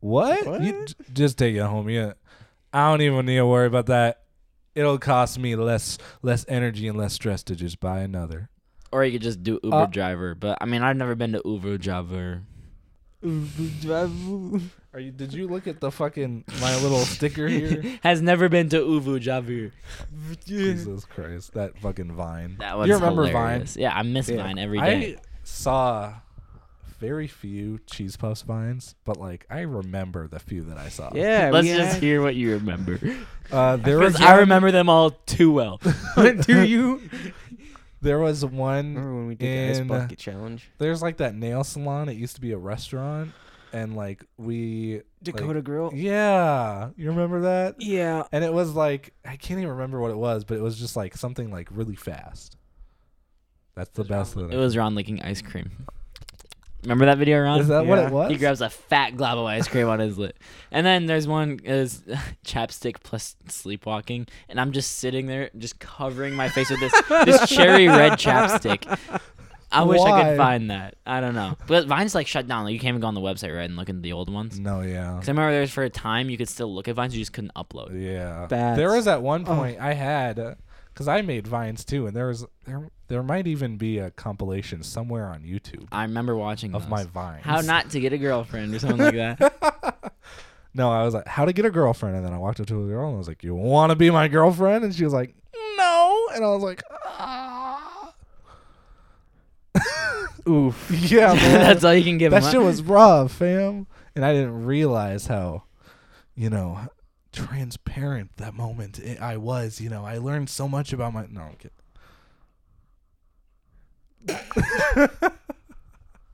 Speaker 1: What? You j- just take it home. Yeah, I don't even need to worry about that. It'll cost me less less energy and less stress to just buy another.
Speaker 3: or you could just do Uber
Speaker 1: Uh,
Speaker 3: driver. But I mean, I've never been to Uber driver.
Speaker 1: Are you? Did you look at the fucking my little sticker here?
Speaker 3: Has never been to Uber driver.
Speaker 1: Jesus Christ, that fucking Vine.
Speaker 3: That was
Speaker 1: you remember
Speaker 3: hilarious. Vine? Yeah, I miss
Speaker 1: Yeah.
Speaker 3: Vine every
Speaker 1: I
Speaker 3: day.
Speaker 1: saw very few cheese puffs vines, but like I remember the few that I saw.
Speaker 2: yeah.
Speaker 3: Let's
Speaker 2: we
Speaker 3: just
Speaker 2: had-
Speaker 3: hear what you remember.
Speaker 1: Uh, there was
Speaker 3: Because I
Speaker 1: one-
Speaker 3: remember them all too well.
Speaker 2: Do you?
Speaker 1: There was one.
Speaker 2: Remember when we did the ice
Speaker 1: In-
Speaker 2: bucket challenge?
Speaker 1: There's like that nail salon. It used to be a restaurant, and like we
Speaker 2: Dakota Grill.
Speaker 1: Like, yeah, you remember that?
Speaker 2: Yeah.
Speaker 1: And it was like I can't even remember what it was, but it was just like something like really fast. That's the best. That
Speaker 3: It
Speaker 1: I-
Speaker 3: was Ron licking ice cream. Remember that video, Ron?
Speaker 1: Is that what
Speaker 2: Yeah.
Speaker 1: it was?
Speaker 3: He grabs a fat glob of ice cream on his lip. And then there's one is chapstick plus sleepwalking, and I'm just sitting there, just covering my face with this this cherry red chapstick. I wish I
Speaker 1: Why?
Speaker 3: could find that. I don't know. But Vine's like shut down. Like you can't even go on the website right and look at the old ones.
Speaker 1: No, yeah.
Speaker 3: Because I remember there was for a time you could still look at Vines, you just couldn't upload.
Speaker 1: Yeah.
Speaker 2: That's-
Speaker 1: there was at one
Speaker 3: Oh.
Speaker 1: point I had because I made vines too, and there was there there might even be a compilation somewhere on YouTube
Speaker 3: I remember watching
Speaker 1: of
Speaker 3: those.
Speaker 1: my vines.
Speaker 3: how not to get a girlfriend or something like that.
Speaker 1: No, I was like, how to get a girlfriend, and then I walked up to a girl and I was like, you want to be my girlfriend? And she was like, no, and I was like, ah. Oof. Yeah, man.
Speaker 3: That's all you can give.
Speaker 1: that
Speaker 3: 'em,
Speaker 1: shit
Speaker 3: huh?
Speaker 1: was rough, fam. And I didn't realize how, you know, transparent that moment i- I was. You know, I learned so much about my. No, I'm kidding.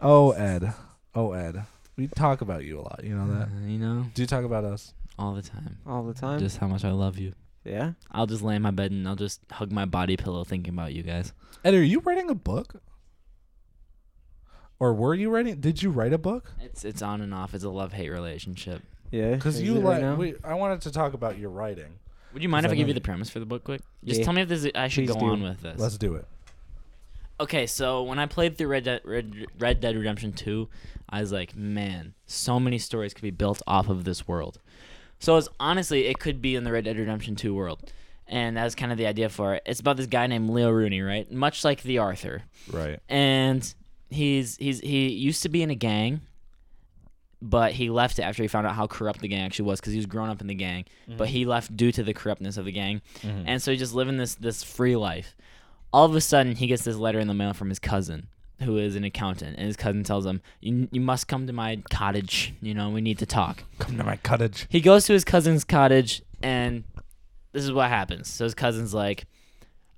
Speaker 1: oh, Ed. Oh, Ed. We talk about you a lot. You know that.
Speaker 3: Uh, you know,
Speaker 1: Do you talk about us?
Speaker 3: all the time.
Speaker 2: all the time.
Speaker 3: Just how much I love you.
Speaker 2: yeah.
Speaker 3: I'll just lay in my bed and I'll just hug my body pillow, thinking about you guys.
Speaker 1: Ed, are you writing a book? Or were you writing? Did you write a book?
Speaker 3: It's it's on and off. It's a love hate relationship.
Speaker 2: Yeah.
Speaker 1: Because
Speaker 2: is
Speaker 1: you
Speaker 2: it right
Speaker 1: like,
Speaker 2: now?
Speaker 1: we, I wanted to talk about your writing.
Speaker 3: Would you mind
Speaker 1: Is
Speaker 3: if I
Speaker 1: that
Speaker 3: give you
Speaker 1: on-
Speaker 3: the premise for the book quick? Just
Speaker 2: Yeah.
Speaker 3: tell me if this is, I should
Speaker 2: Please
Speaker 3: go
Speaker 2: do.
Speaker 3: on with this.
Speaker 1: Let's do it.
Speaker 3: Okay, so when I played through Red Dead, Red, Red Dead Redemption 2, I was like, man, so many stories could be built off of this world. So it's honestly, it could be in the Red Dead Redemption 2 world. And that was kind of the idea for it. It's about this guy named Leo Rooney, right? Much like the Arthur.
Speaker 1: Right.
Speaker 3: And he's he's he used to be in a gang, but he left it after he found out how corrupt the gang actually was because he was grown up in the gang. But he left due to the corruptness of the gang, and so he's just living this this free life. All of a sudden, he gets this letter in the mail from his cousin, who is an accountant, and his cousin tells him, "You, you must come to my cottage. You know, we need to talk."
Speaker 1: Come to my cottage.
Speaker 3: He goes to his cousin's cottage, and this is what happens. So his cousin's like,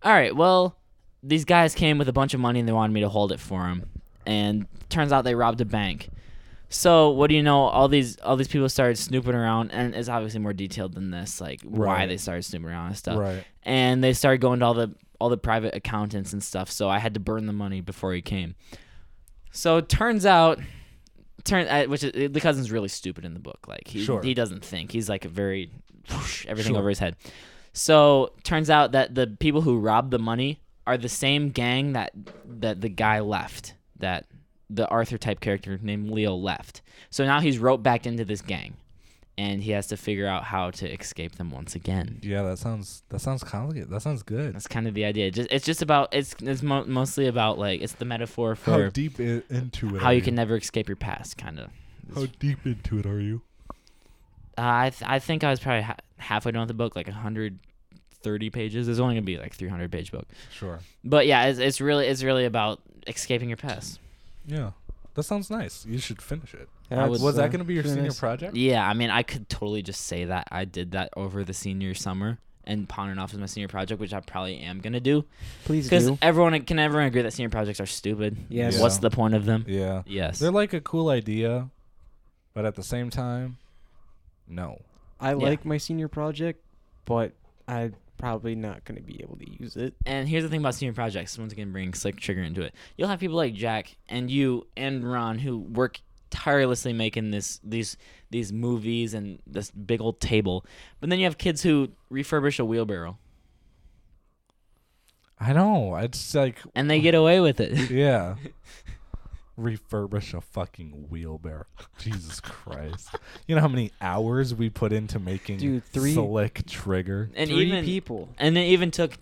Speaker 3: "All right, well, these guys came with a bunch of money and they wanted me to hold it for them, and turns out they robbed a bank." So what do you know? All these all these people started snooping around, and it's obviously more detailed than this, like why
Speaker 1: Right.
Speaker 3: they started snooping around and stuff.
Speaker 1: Right.
Speaker 3: And they started going to all the all the private accountants and stuff. So I had to burn the money before he came. So it turns out, turn uh, which is, the cousin's really stupid in the book. Like he
Speaker 1: Sure.
Speaker 3: he doesn't think. He's like a very whoosh, everything
Speaker 1: Sure.
Speaker 3: over his head. So turns out that the people who robbed the money are the same gang that that the guy left that the Arthur type character named Leo left. So now he's roped back into this gang, and he has to figure out how to escape them once again.
Speaker 1: Yeah, that sounds that sounds complicated. That sounds good.
Speaker 3: That's kind of the idea. Just it's just about it's it's mo- mostly about like it's the metaphor for
Speaker 1: How deep i- into it?
Speaker 3: how
Speaker 1: are
Speaker 3: you can never escape your past, kind of.
Speaker 1: How deep into it are you?
Speaker 3: Uh, I th- I think I was probably ha- halfway done with the book, like 130 pages. It's only gonna be like 300 page book,
Speaker 1: Sure.
Speaker 3: but yeah, it's, it's really it's really about escaping your past.
Speaker 1: Yeah, that sounds nice. You should finish it.
Speaker 2: Yeah,
Speaker 3: I would-
Speaker 2: it's,
Speaker 1: Was
Speaker 2: uh,
Speaker 1: that going to be your
Speaker 2: pretty
Speaker 1: senior
Speaker 2: nice.
Speaker 1: project?
Speaker 3: Yeah, I mean, I could totally just say that I did that over the senior summer and pawn it off as my senior project, which I probably am gonna do
Speaker 2: Please
Speaker 3: because
Speaker 2: do.
Speaker 3: everyone can everyone agree that senior projects are stupid.
Speaker 2: Yes.
Speaker 3: What's
Speaker 1: Yeah.
Speaker 3: the point of them?
Speaker 1: Yeah.
Speaker 3: Yes.
Speaker 1: They're like a cool idea, but at the same time, no.
Speaker 2: I like my senior project, but I'm probably not going to be able to use it.
Speaker 3: And here's the thing about senior projects. Once again, bringing Slick Trigger into it, you'll have people like Jack and you and Ron who work tirelessly making this these these movies and this big old table. But then you have kids who refurbish a wheelbarrow
Speaker 1: I know. It's like,
Speaker 3: and they get away with it.
Speaker 1: yeah. Refurbish a fucking wheelbarrow. Jesus Christ. You know how many hours we put into making
Speaker 2: Dude, three-
Speaker 1: select trigger?
Speaker 3: And
Speaker 2: Three
Speaker 3: even
Speaker 2: people.
Speaker 3: and it even took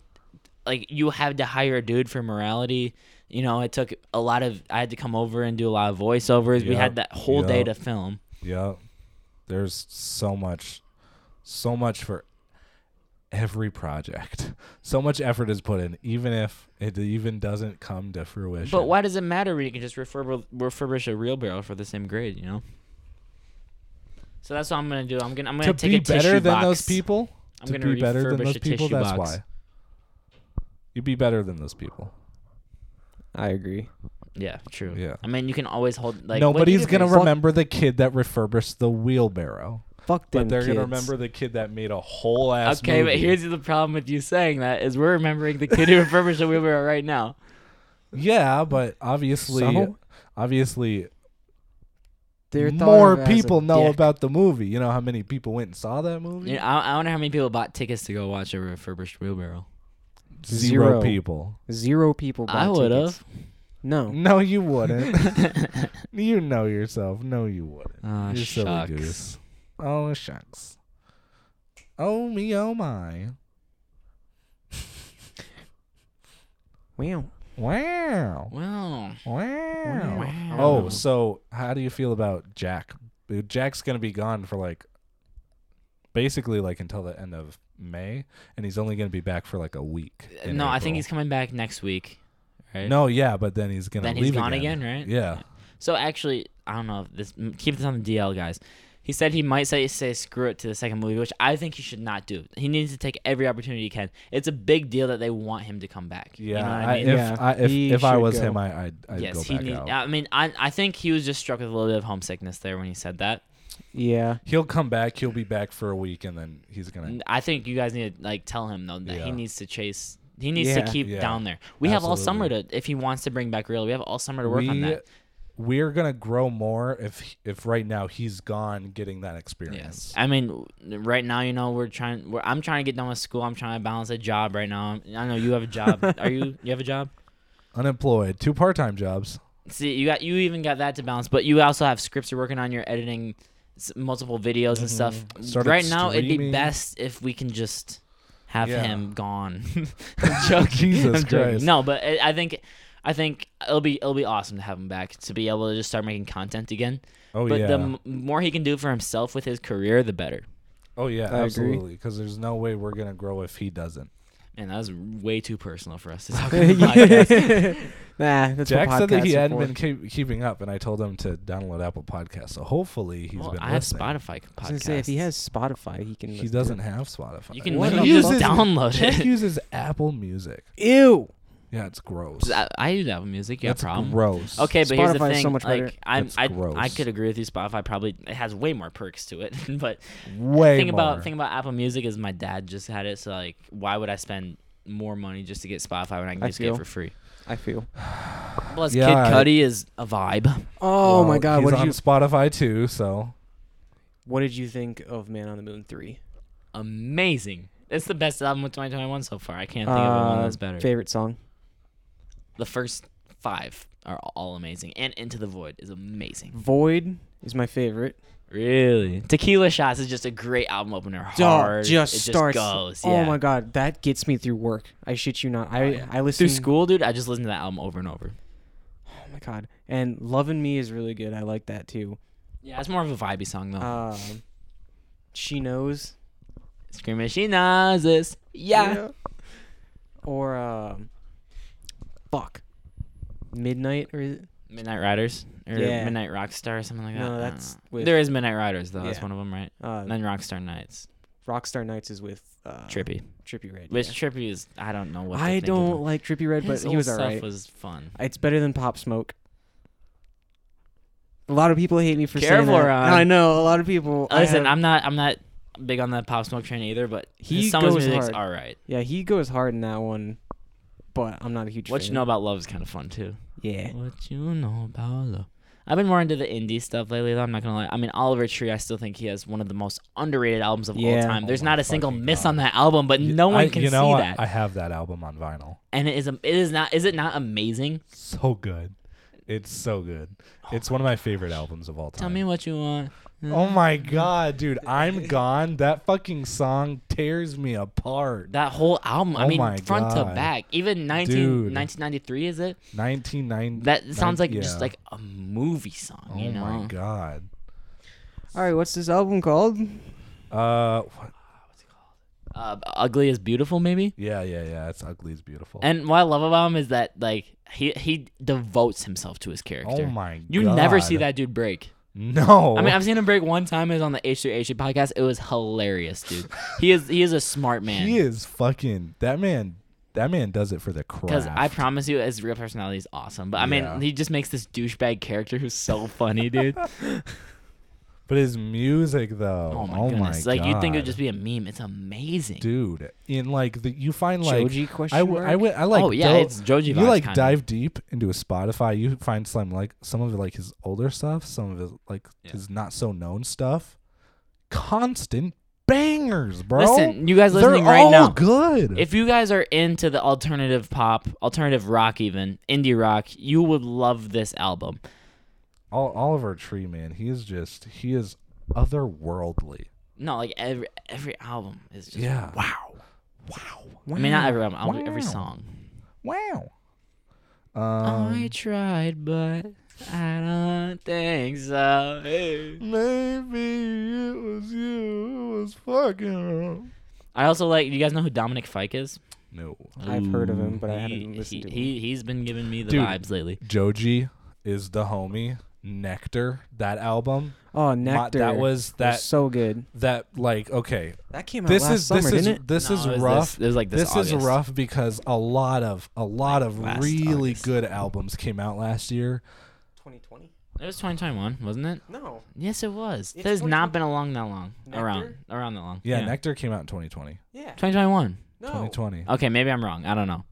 Speaker 3: like you had to hire a dude for morality. You know, it took a lot of. I had to come over and do a lot of voiceovers. we
Speaker 1: Yep,
Speaker 3: had that whole day
Speaker 1: yep.
Speaker 3: to film.
Speaker 1: Yep. There's so much, so much for every project. So much effort is put in, even if it even doesn't come to fruition.
Speaker 3: But why does it matter when you can just refurb- refurbish a real barrel for the same grade, you know? So that's what I'm gonna do. I'm gonna I'm gonna
Speaker 1: To
Speaker 3: take
Speaker 1: be
Speaker 3: a
Speaker 1: better
Speaker 3: tissue
Speaker 1: than
Speaker 3: box.
Speaker 1: those people.
Speaker 3: I'm
Speaker 1: to
Speaker 3: gonna
Speaker 1: be better than
Speaker 3: refurbish
Speaker 1: those
Speaker 3: a
Speaker 1: people.
Speaker 3: tissue
Speaker 1: That's
Speaker 3: box.
Speaker 1: why. You'd be better than those people.
Speaker 2: I agree.
Speaker 3: Yeah, true.
Speaker 1: Yeah.
Speaker 3: I mean, you can always hold like what do you
Speaker 1: Nobody's
Speaker 3: do?
Speaker 1: gonna
Speaker 2: Fuck-
Speaker 1: remember the kid that refurbished the wheelbarrow,
Speaker 2: Fuck them
Speaker 1: but they're
Speaker 2: kids.
Speaker 1: gonna remember the kid that made a whole ass.
Speaker 3: Okay, but
Speaker 1: movie.
Speaker 3: here's the problem with you saying that is we're remembering the kid who refurbished a wheelbarrow right now.
Speaker 1: yeah, but obviously,
Speaker 2: So?
Speaker 1: obviously,
Speaker 2: They're thought
Speaker 1: more
Speaker 2: of as a
Speaker 1: people know
Speaker 2: dick.
Speaker 1: about the movie. You know how many people went and saw that movie?
Speaker 3: You know, I, I wonder how many people bought tickets to go watch a refurbished wheelbarrow.
Speaker 1: zero,
Speaker 2: Zero.
Speaker 1: people.
Speaker 2: Zero people. Bought
Speaker 3: I would
Speaker 2: tickets.
Speaker 3: have.
Speaker 2: No.
Speaker 1: No, you wouldn't. you know yourself. No, you wouldn't.
Speaker 3: oh,
Speaker 1: You're silly
Speaker 3: shucks.
Speaker 1: goose. Oh shucks. Oh me, oh my.
Speaker 2: Wow.
Speaker 1: Wow.
Speaker 3: Well,
Speaker 1: Wow.
Speaker 3: wow.
Speaker 1: Oh, so how do you feel about Jack? Dude, Jack's gonna be gone for like basically like until the end of May, and he's only gonna be back for like a week. in
Speaker 3: Uh, no, I think
Speaker 1: April.
Speaker 3: he's coming back next week. Right?
Speaker 1: No, yeah, but then he's gonna
Speaker 3: then
Speaker 1: leave
Speaker 3: he's gone
Speaker 1: again.
Speaker 3: again, right?
Speaker 1: Yeah.
Speaker 3: So actually, I don't know if this m- keep this on the DL, guys. He said he might say say screw it to the second movie, which I think he should not do. He needs to take every opportunity he can. It's a big deal that they want him to come back.
Speaker 1: Yeah,
Speaker 3: you know what
Speaker 1: I-
Speaker 3: I mean.
Speaker 1: if
Speaker 2: Yeah,
Speaker 1: I if,
Speaker 2: he
Speaker 1: if I
Speaker 2: should
Speaker 1: was
Speaker 2: go.
Speaker 1: him, I I'd, I'd
Speaker 3: yes,
Speaker 1: go
Speaker 3: he
Speaker 1: back
Speaker 3: needs.
Speaker 1: out.
Speaker 3: I mean, I I think he was just struck with a little bit of homesickness there when he said that.
Speaker 2: Yeah.
Speaker 1: He'll come back. He'll be back for a week, and then he's gonna.
Speaker 3: N- I think you guys need to like tell him though that
Speaker 1: Yeah.
Speaker 3: he needs to chase. He needs
Speaker 2: Yeah.
Speaker 3: to keep
Speaker 1: Yeah.
Speaker 3: down there. We have all summer
Speaker 1: Absolutely.
Speaker 3: to if he wants to bring back real. We have all summer to work on that.
Speaker 1: We're gonna grow more if if right now he's gone getting that experience.
Speaker 3: Yes. I mean, w- right now, you know, we're trying. We're, I'm trying to get done with school. I'm trying to balance a job right now. I know you have a job. Are you? You have a job.
Speaker 1: Unemployed, two part time jobs.
Speaker 3: See, you got you even got that to balance, but you also have scripts you're working on. You're editing s- multiple videos and stuff.
Speaker 1: Mm-hmm. Started
Speaker 3: right now, it'd be
Speaker 1: streaming.
Speaker 3: best if we can just have
Speaker 1: Yeah.
Speaker 3: him gone. I'm joking.
Speaker 1: Jesus
Speaker 3: I'm joking.
Speaker 1: Christ.
Speaker 3: No, but I I think. I think it'll be it'll be awesome to have him back to be able to just start making content again.
Speaker 1: Oh
Speaker 3: but
Speaker 1: yeah.
Speaker 3: the m- more he can do for himself with his career, the better.
Speaker 1: oh yeah.
Speaker 2: agree.
Speaker 1: absolutely. Because there's no way we're gonna grow if he doesn't.
Speaker 3: Man, that was way too personal for us to talk about.
Speaker 2: nah, that's
Speaker 1: Jack
Speaker 2: what
Speaker 1: said that he
Speaker 2: podcasts are
Speaker 1: hadn't
Speaker 2: for.
Speaker 1: been keep, keeping up, and I told him to download Apple Podcasts. So hopefully he's
Speaker 3: Well,
Speaker 1: been.
Speaker 3: I have
Speaker 1: listening.
Speaker 3: Spotify
Speaker 2: I
Speaker 3: podcasts.
Speaker 2: was gonna say if he has Spotify, he can.
Speaker 1: He
Speaker 2: listen to
Speaker 1: doesn't
Speaker 2: it.
Speaker 1: have Spotify.
Speaker 3: You can
Speaker 2: What
Speaker 3: literally
Speaker 2: the
Speaker 3: just
Speaker 2: fuck?
Speaker 3: download
Speaker 1: Jack
Speaker 3: it.
Speaker 1: uses Apple Music.
Speaker 2: Ew.
Speaker 1: Yeah, it's gross.
Speaker 3: I, I use Apple Music. You have a
Speaker 1: That's
Speaker 3: problem?
Speaker 1: gross.
Speaker 3: Okay, but here's the
Speaker 2: Spotify is
Speaker 3: thing.
Speaker 2: so much better.
Speaker 3: like, I'm,
Speaker 1: That's
Speaker 3: I, I
Speaker 1: gross.
Speaker 3: could agree with you. Spotify probably it has way more perks to it. but
Speaker 1: Way
Speaker 3: thing
Speaker 1: more.
Speaker 3: about thing about Apple Music is my dad just had it. So like, why would I spend more money just to get Spotify when I can
Speaker 2: I
Speaker 3: just get it
Speaker 2: feel.
Speaker 3: for free?
Speaker 2: I feel.
Speaker 3: Plus,
Speaker 1: Yeah, I-
Speaker 3: Kid Cudi is a vibe.
Speaker 2: Oh
Speaker 1: Well,
Speaker 2: my god!
Speaker 1: He's
Speaker 2: What did
Speaker 1: on
Speaker 2: you
Speaker 1: Spotify too, so
Speaker 2: What did you think of Man on the Moon three?
Speaker 3: Amazing. It's the best album of 2021 so far. I can't think of
Speaker 1: Uh,
Speaker 3: one that's better.
Speaker 2: Um, Favorite song?
Speaker 3: the first five are all amazing, and Into the Void is amazing.
Speaker 2: Void is my favorite.
Speaker 3: Really? Tequila Shots is just a great album opener. Hard.
Speaker 2: Dog just
Speaker 3: it
Speaker 2: starts.
Speaker 3: Just goes.
Speaker 2: Oh
Speaker 3: yeah.
Speaker 2: my god, that gets me through work. I shit you
Speaker 1: Oh,
Speaker 2: not. I I listen
Speaker 3: Through school, dude, I just listened to that album over and over.
Speaker 2: Oh my god, and loving me is really good. I like that too.
Speaker 3: Yeah, that's more of a vibey song though.
Speaker 2: Um, she knows.
Speaker 3: Screaming, she knows this. Yeah.
Speaker 2: Or um, fuck, midnight or is it?
Speaker 3: Midnight Riders or
Speaker 2: Yeah.
Speaker 3: Midnight Rockstar or something like that.
Speaker 2: No,
Speaker 3: I don't
Speaker 2: that's
Speaker 3: know.
Speaker 2: with-
Speaker 3: there is Midnight Riders though. That's
Speaker 2: Yeah.
Speaker 3: one of them, right?
Speaker 2: Uh,
Speaker 3: And then Rockstar Nights,
Speaker 2: Rockstar Nights is with uh,
Speaker 3: Trippy,
Speaker 2: Trippy Red.
Speaker 3: which
Speaker 2: yeah.
Speaker 3: Trippy is I don't know what. to
Speaker 2: I
Speaker 3: think of
Speaker 2: don't
Speaker 3: him.
Speaker 2: like Trippy Red, but
Speaker 3: His
Speaker 2: he
Speaker 3: old
Speaker 2: was
Speaker 3: stuff
Speaker 2: alright.
Speaker 3: was fun.
Speaker 2: It's better than Pop Smoke. A lot of people hate me for
Speaker 3: Careful,
Speaker 2: saying that.
Speaker 3: Ron.
Speaker 2: I know a lot of people. I
Speaker 3: Listen,
Speaker 2: have-
Speaker 3: I'm not I'm not big on the Pop Smoke train either, but
Speaker 2: He
Speaker 3: some of
Speaker 2: goes
Speaker 3: his music's
Speaker 2: hard.
Speaker 3: all right.
Speaker 2: yeah, he goes hard in that one, but I'm not a huge.
Speaker 3: What
Speaker 2: fan.
Speaker 3: you know about love is kind of fun too.
Speaker 2: Yeah.
Speaker 3: What you know about love? I've been more into the indie stuff lately, though. I'm not gonna lie. I mean, Oliver Tree. I still think he has one of the most underrated albums of all
Speaker 2: Yeah.
Speaker 3: time.
Speaker 1: Oh
Speaker 3: There's
Speaker 1: my
Speaker 3: not a single
Speaker 1: fucking
Speaker 3: miss
Speaker 1: God.
Speaker 3: on that album, but no
Speaker 1: Y-
Speaker 3: one
Speaker 1: I-
Speaker 3: can
Speaker 1: you know, I-
Speaker 3: see that.
Speaker 1: I, have that album on vinyl.
Speaker 3: and it is. am- It is not. Is it not amazing?
Speaker 1: So good. It's so good. it's one of my favorite albums of all time.
Speaker 3: Tell me what you want.
Speaker 1: oh
Speaker 3: Mm-hmm.
Speaker 1: my god, dude! I'm gone. That fucking song tears me apart.
Speaker 3: That whole album. I
Speaker 1: Oh
Speaker 3: mean,
Speaker 1: my
Speaker 3: front
Speaker 1: God.
Speaker 3: to back. Even 19,
Speaker 1: Dude.
Speaker 3: 1993, Is it?
Speaker 1: 1990.
Speaker 3: That sounds like
Speaker 1: yeah.
Speaker 3: just like a movie song.
Speaker 1: Oh
Speaker 3: you know.
Speaker 1: my god.
Speaker 2: All right, what's this album called?
Speaker 1: Uh, what?
Speaker 3: Uh, Ugly is beautiful, maybe.
Speaker 1: yeah, yeah, yeah. It's ugly. It's beautiful.
Speaker 3: And what I love about him is that like he he devotes himself to his character.
Speaker 1: oh my.
Speaker 3: You never see
Speaker 1: God.
Speaker 3: that dude break.
Speaker 1: No.
Speaker 3: I mean, I've seen him break one time. It was on the H3H podcast. It was hilarious, dude. he is he is a smart man.
Speaker 1: he is fucking that man. That man does it for the craft.
Speaker 3: Because I promise you, his real personality is awesome. But I mean,
Speaker 1: Yeah.
Speaker 3: he just makes this douchebag character who's so funny, dude. oh
Speaker 1: But his music, though.
Speaker 3: my goodness! like you'd think it would just
Speaker 1: Oh God.
Speaker 3: be a meme. It's amazing.
Speaker 1: dude. In like the you find like
Speaker 2: Joji question
Speaker 1: I w- I
Speaker 2: mark?
Speaker 1: w- I like
Speaker 3: Oh, yeah,
Speaker 1: dil-
Speaker 3: it's Joji
Speaker 1: You
Speaker 3: vibes,
Speaker 1: like
Speaker 3: kinda.
Speaker 1: dive deep into his Spotify. You find some like some of like his older stuff, some of his like his not so known stuff. Constant bangers, bro.
Speaker 3: Listen, you guys
Speaker 1: They're
Speaker 3: listening right
Speaker 1: all
Speaker 3: now,
Speaker 1: good.
Speaker 3: If you guys are into the alternative pop, alternative rock, even indie rock, you would love this album.
Speaker 1: Ol- Oliver Tree, man, he is just he is otherworldly.
Speaker 3: No, like every every album is just.
Speaker 1: Yeah. Wow.
Speaker 3: I mean, not every album, album every song.
Speaker 1: Wow. Um,
Speaker 3: I tried, but I don't think so. Hey.
Speaker 1: maybe it was you. It was fucking. up.
Speaker 3: I also like. You guys know who Dominic Fike is?
Speaker 1: No.
Speaker 2: I've heard of him, but I
Speaker 3: Mm, He-
Speaker 2: haven't listened to
Speaker 3: he,
Speaker 2: him.
Speaker 3: He he's been giving me the
Speaker 1: Dude.
Speaker 3: vibes lately.
Speaker 1: Joji is the homie. Nectar, that album.
Speaker 2: oh,
Speaker 1: My-
Speaker 2: Nectar.
Speaker 1: that was that
Speaker 2: so good.
Speaker 1: that like okay.
Speaker 2: That came out
Speaker 1: This
Speaker 2: last
Speaker 1: is
Speaker 2: summer,
Speaker 1: this is
Speaker 2: didn't it?
Speaker 1: this
Speaker 3: No,
Speaker 1: is
Speaker 3: it was
Speaker 1: rough.
Speaker 3: This, it was like this.
Speaker 1: this is
Speaker 3: August.
Speaker 1: rough because a lot of a lot of
Speaker 3: last
Speaker 1: really
Speaker 3: August.
Speaker 1: good albums came out last year.
Speaker 2: 2020?
Speaker 3: It was 2021, wasn't it?
Speaker 2: No.
Speaker 3: Yes, it was. There's not been along that long. Around around that long.
Speaker 1: Yeah, Nectar came out in 2020.
Speaker 2: Yeah.
Speaker 3: 2021.
Speaker 2: Oh.
Speaker 1: 2020
Speaker 3: Okay, maybe I'm wrong. I don't know.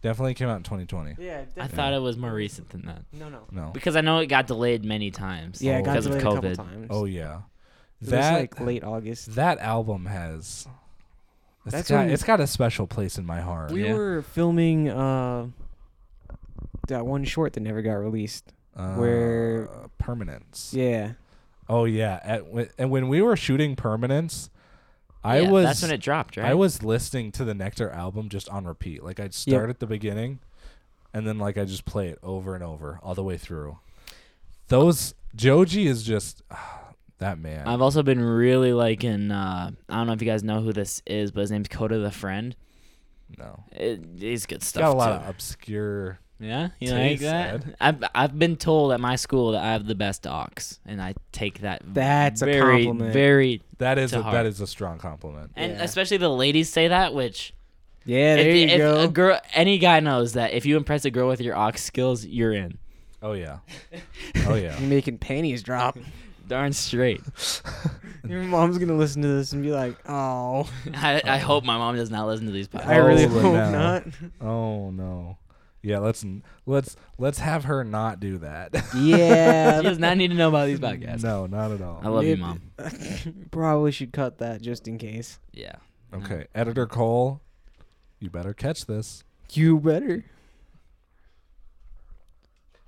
Speaker 1: definitely came out in 2020.
Speaker 2: Yeah, definitely.
Speaker 3: I thought it was more recent than that
Speaker 2: No, no.
Speaker 1: No.
Speaker 3: because I know it got delayed many times.
Speaker 2: Yeah, it got
Speaker 3: because
Speaker 2: delayed
Speaker 3: of
Speaker 2: a couple
Speaker 3: COVID.
Speaker 2: times.
Speaker 1: Oh yeah.
Speaker 2: It
Speaker 1: that
Speaker 2: was like late August.
Speaker 1: that album has. it has
Speaker 2: That's
Speaker 1: got,
Speaker 2: when-
Speaker 1: it's got a special place in my heart.
Speaker 2: We
Speaker 3: Yeah.
Speaker 2: were filming uh that one short that never got released.
Speaker 1: Uh,
Speaker 2: where-
Speaker 1: permanence?
Speaker 2: Yeah.
Speaker 1: Oh yeah. At, wh- and when we were shooting permanence, I
Speaker 3: Yeah,
Speaker 1: was
Speaker 3: That's when it dropped, right?
Speaker 1: I was listening to the Nectar album just on repeat. Like I'd start at the beginning and then like I just play it over and over all the way through. Those Joji is just ah, that man.
Speaker 3: I've also been really liking. Uh, I don't know if you guys know who this is, but his name's Coda the Friend.
Speaker 1: no.
Speaker 3: It, he's good stuff.
Speaker 1: Got a lot
Speaker 3: too.
Speaker 1: of obscure
Speaker 3: Yeah, you like
Speaker 1: Taste,
Speaker 3: that?
Speaker 1: Ed.
Speaker 3: I've I've been told at my school that I have the best ox, and I take that.
Speaker 2: That's a
Speaker 3: very,
Speaker 2: compliment.
Speaker 3: Very,
Speaker 1: that is
Speaker 3: To
Speaker 1: a,
Speaker 3: heart.
Speaker 1: that is a strong compliment.
Speaker 3: and
Speaker 2: Yeah.
Speaker 3: especially the ladies say that, which
Speaker 2: Yeah, there
Speaker 3: if,
Speaker 2: you
Speaker 3: if
Speaker 2: go.
Speaker 3: a girl, any guy knows that if you impress a girl with your ox skills, you're in.
Speaker 1: Oh yeah. Oh yeah.
Speaker 2: You're making panties drop.
Speaker 3: Darn straight.
Speaker 2: Your mom's gonna listen to this and be like, "Oh,
Speaker 3: I, I hope my mom does not listen to these podcasts.
Speaker 2: I really
Speaker 1: Holy
Speaker 2: hope
Speaker 1: no.
Speaker 2: not."
Speaker 1: Oh no. Yeah, let's n- let's let's have her not do that.
Speaker 3: She
Speaker 2: Yeah,
Speaker 3: does not need to know about these podcasts.
Speaker 1: no, not at all.
Speaker 3: I love you,
Speaker 2: Maybe-
Speaker 3: mom.
Speaker 2: probably should cut that just in case.
Speaker 3: Yeah.
Speaker 1: Okay, editor Cole, you better catch this.
Speaker 2: You better.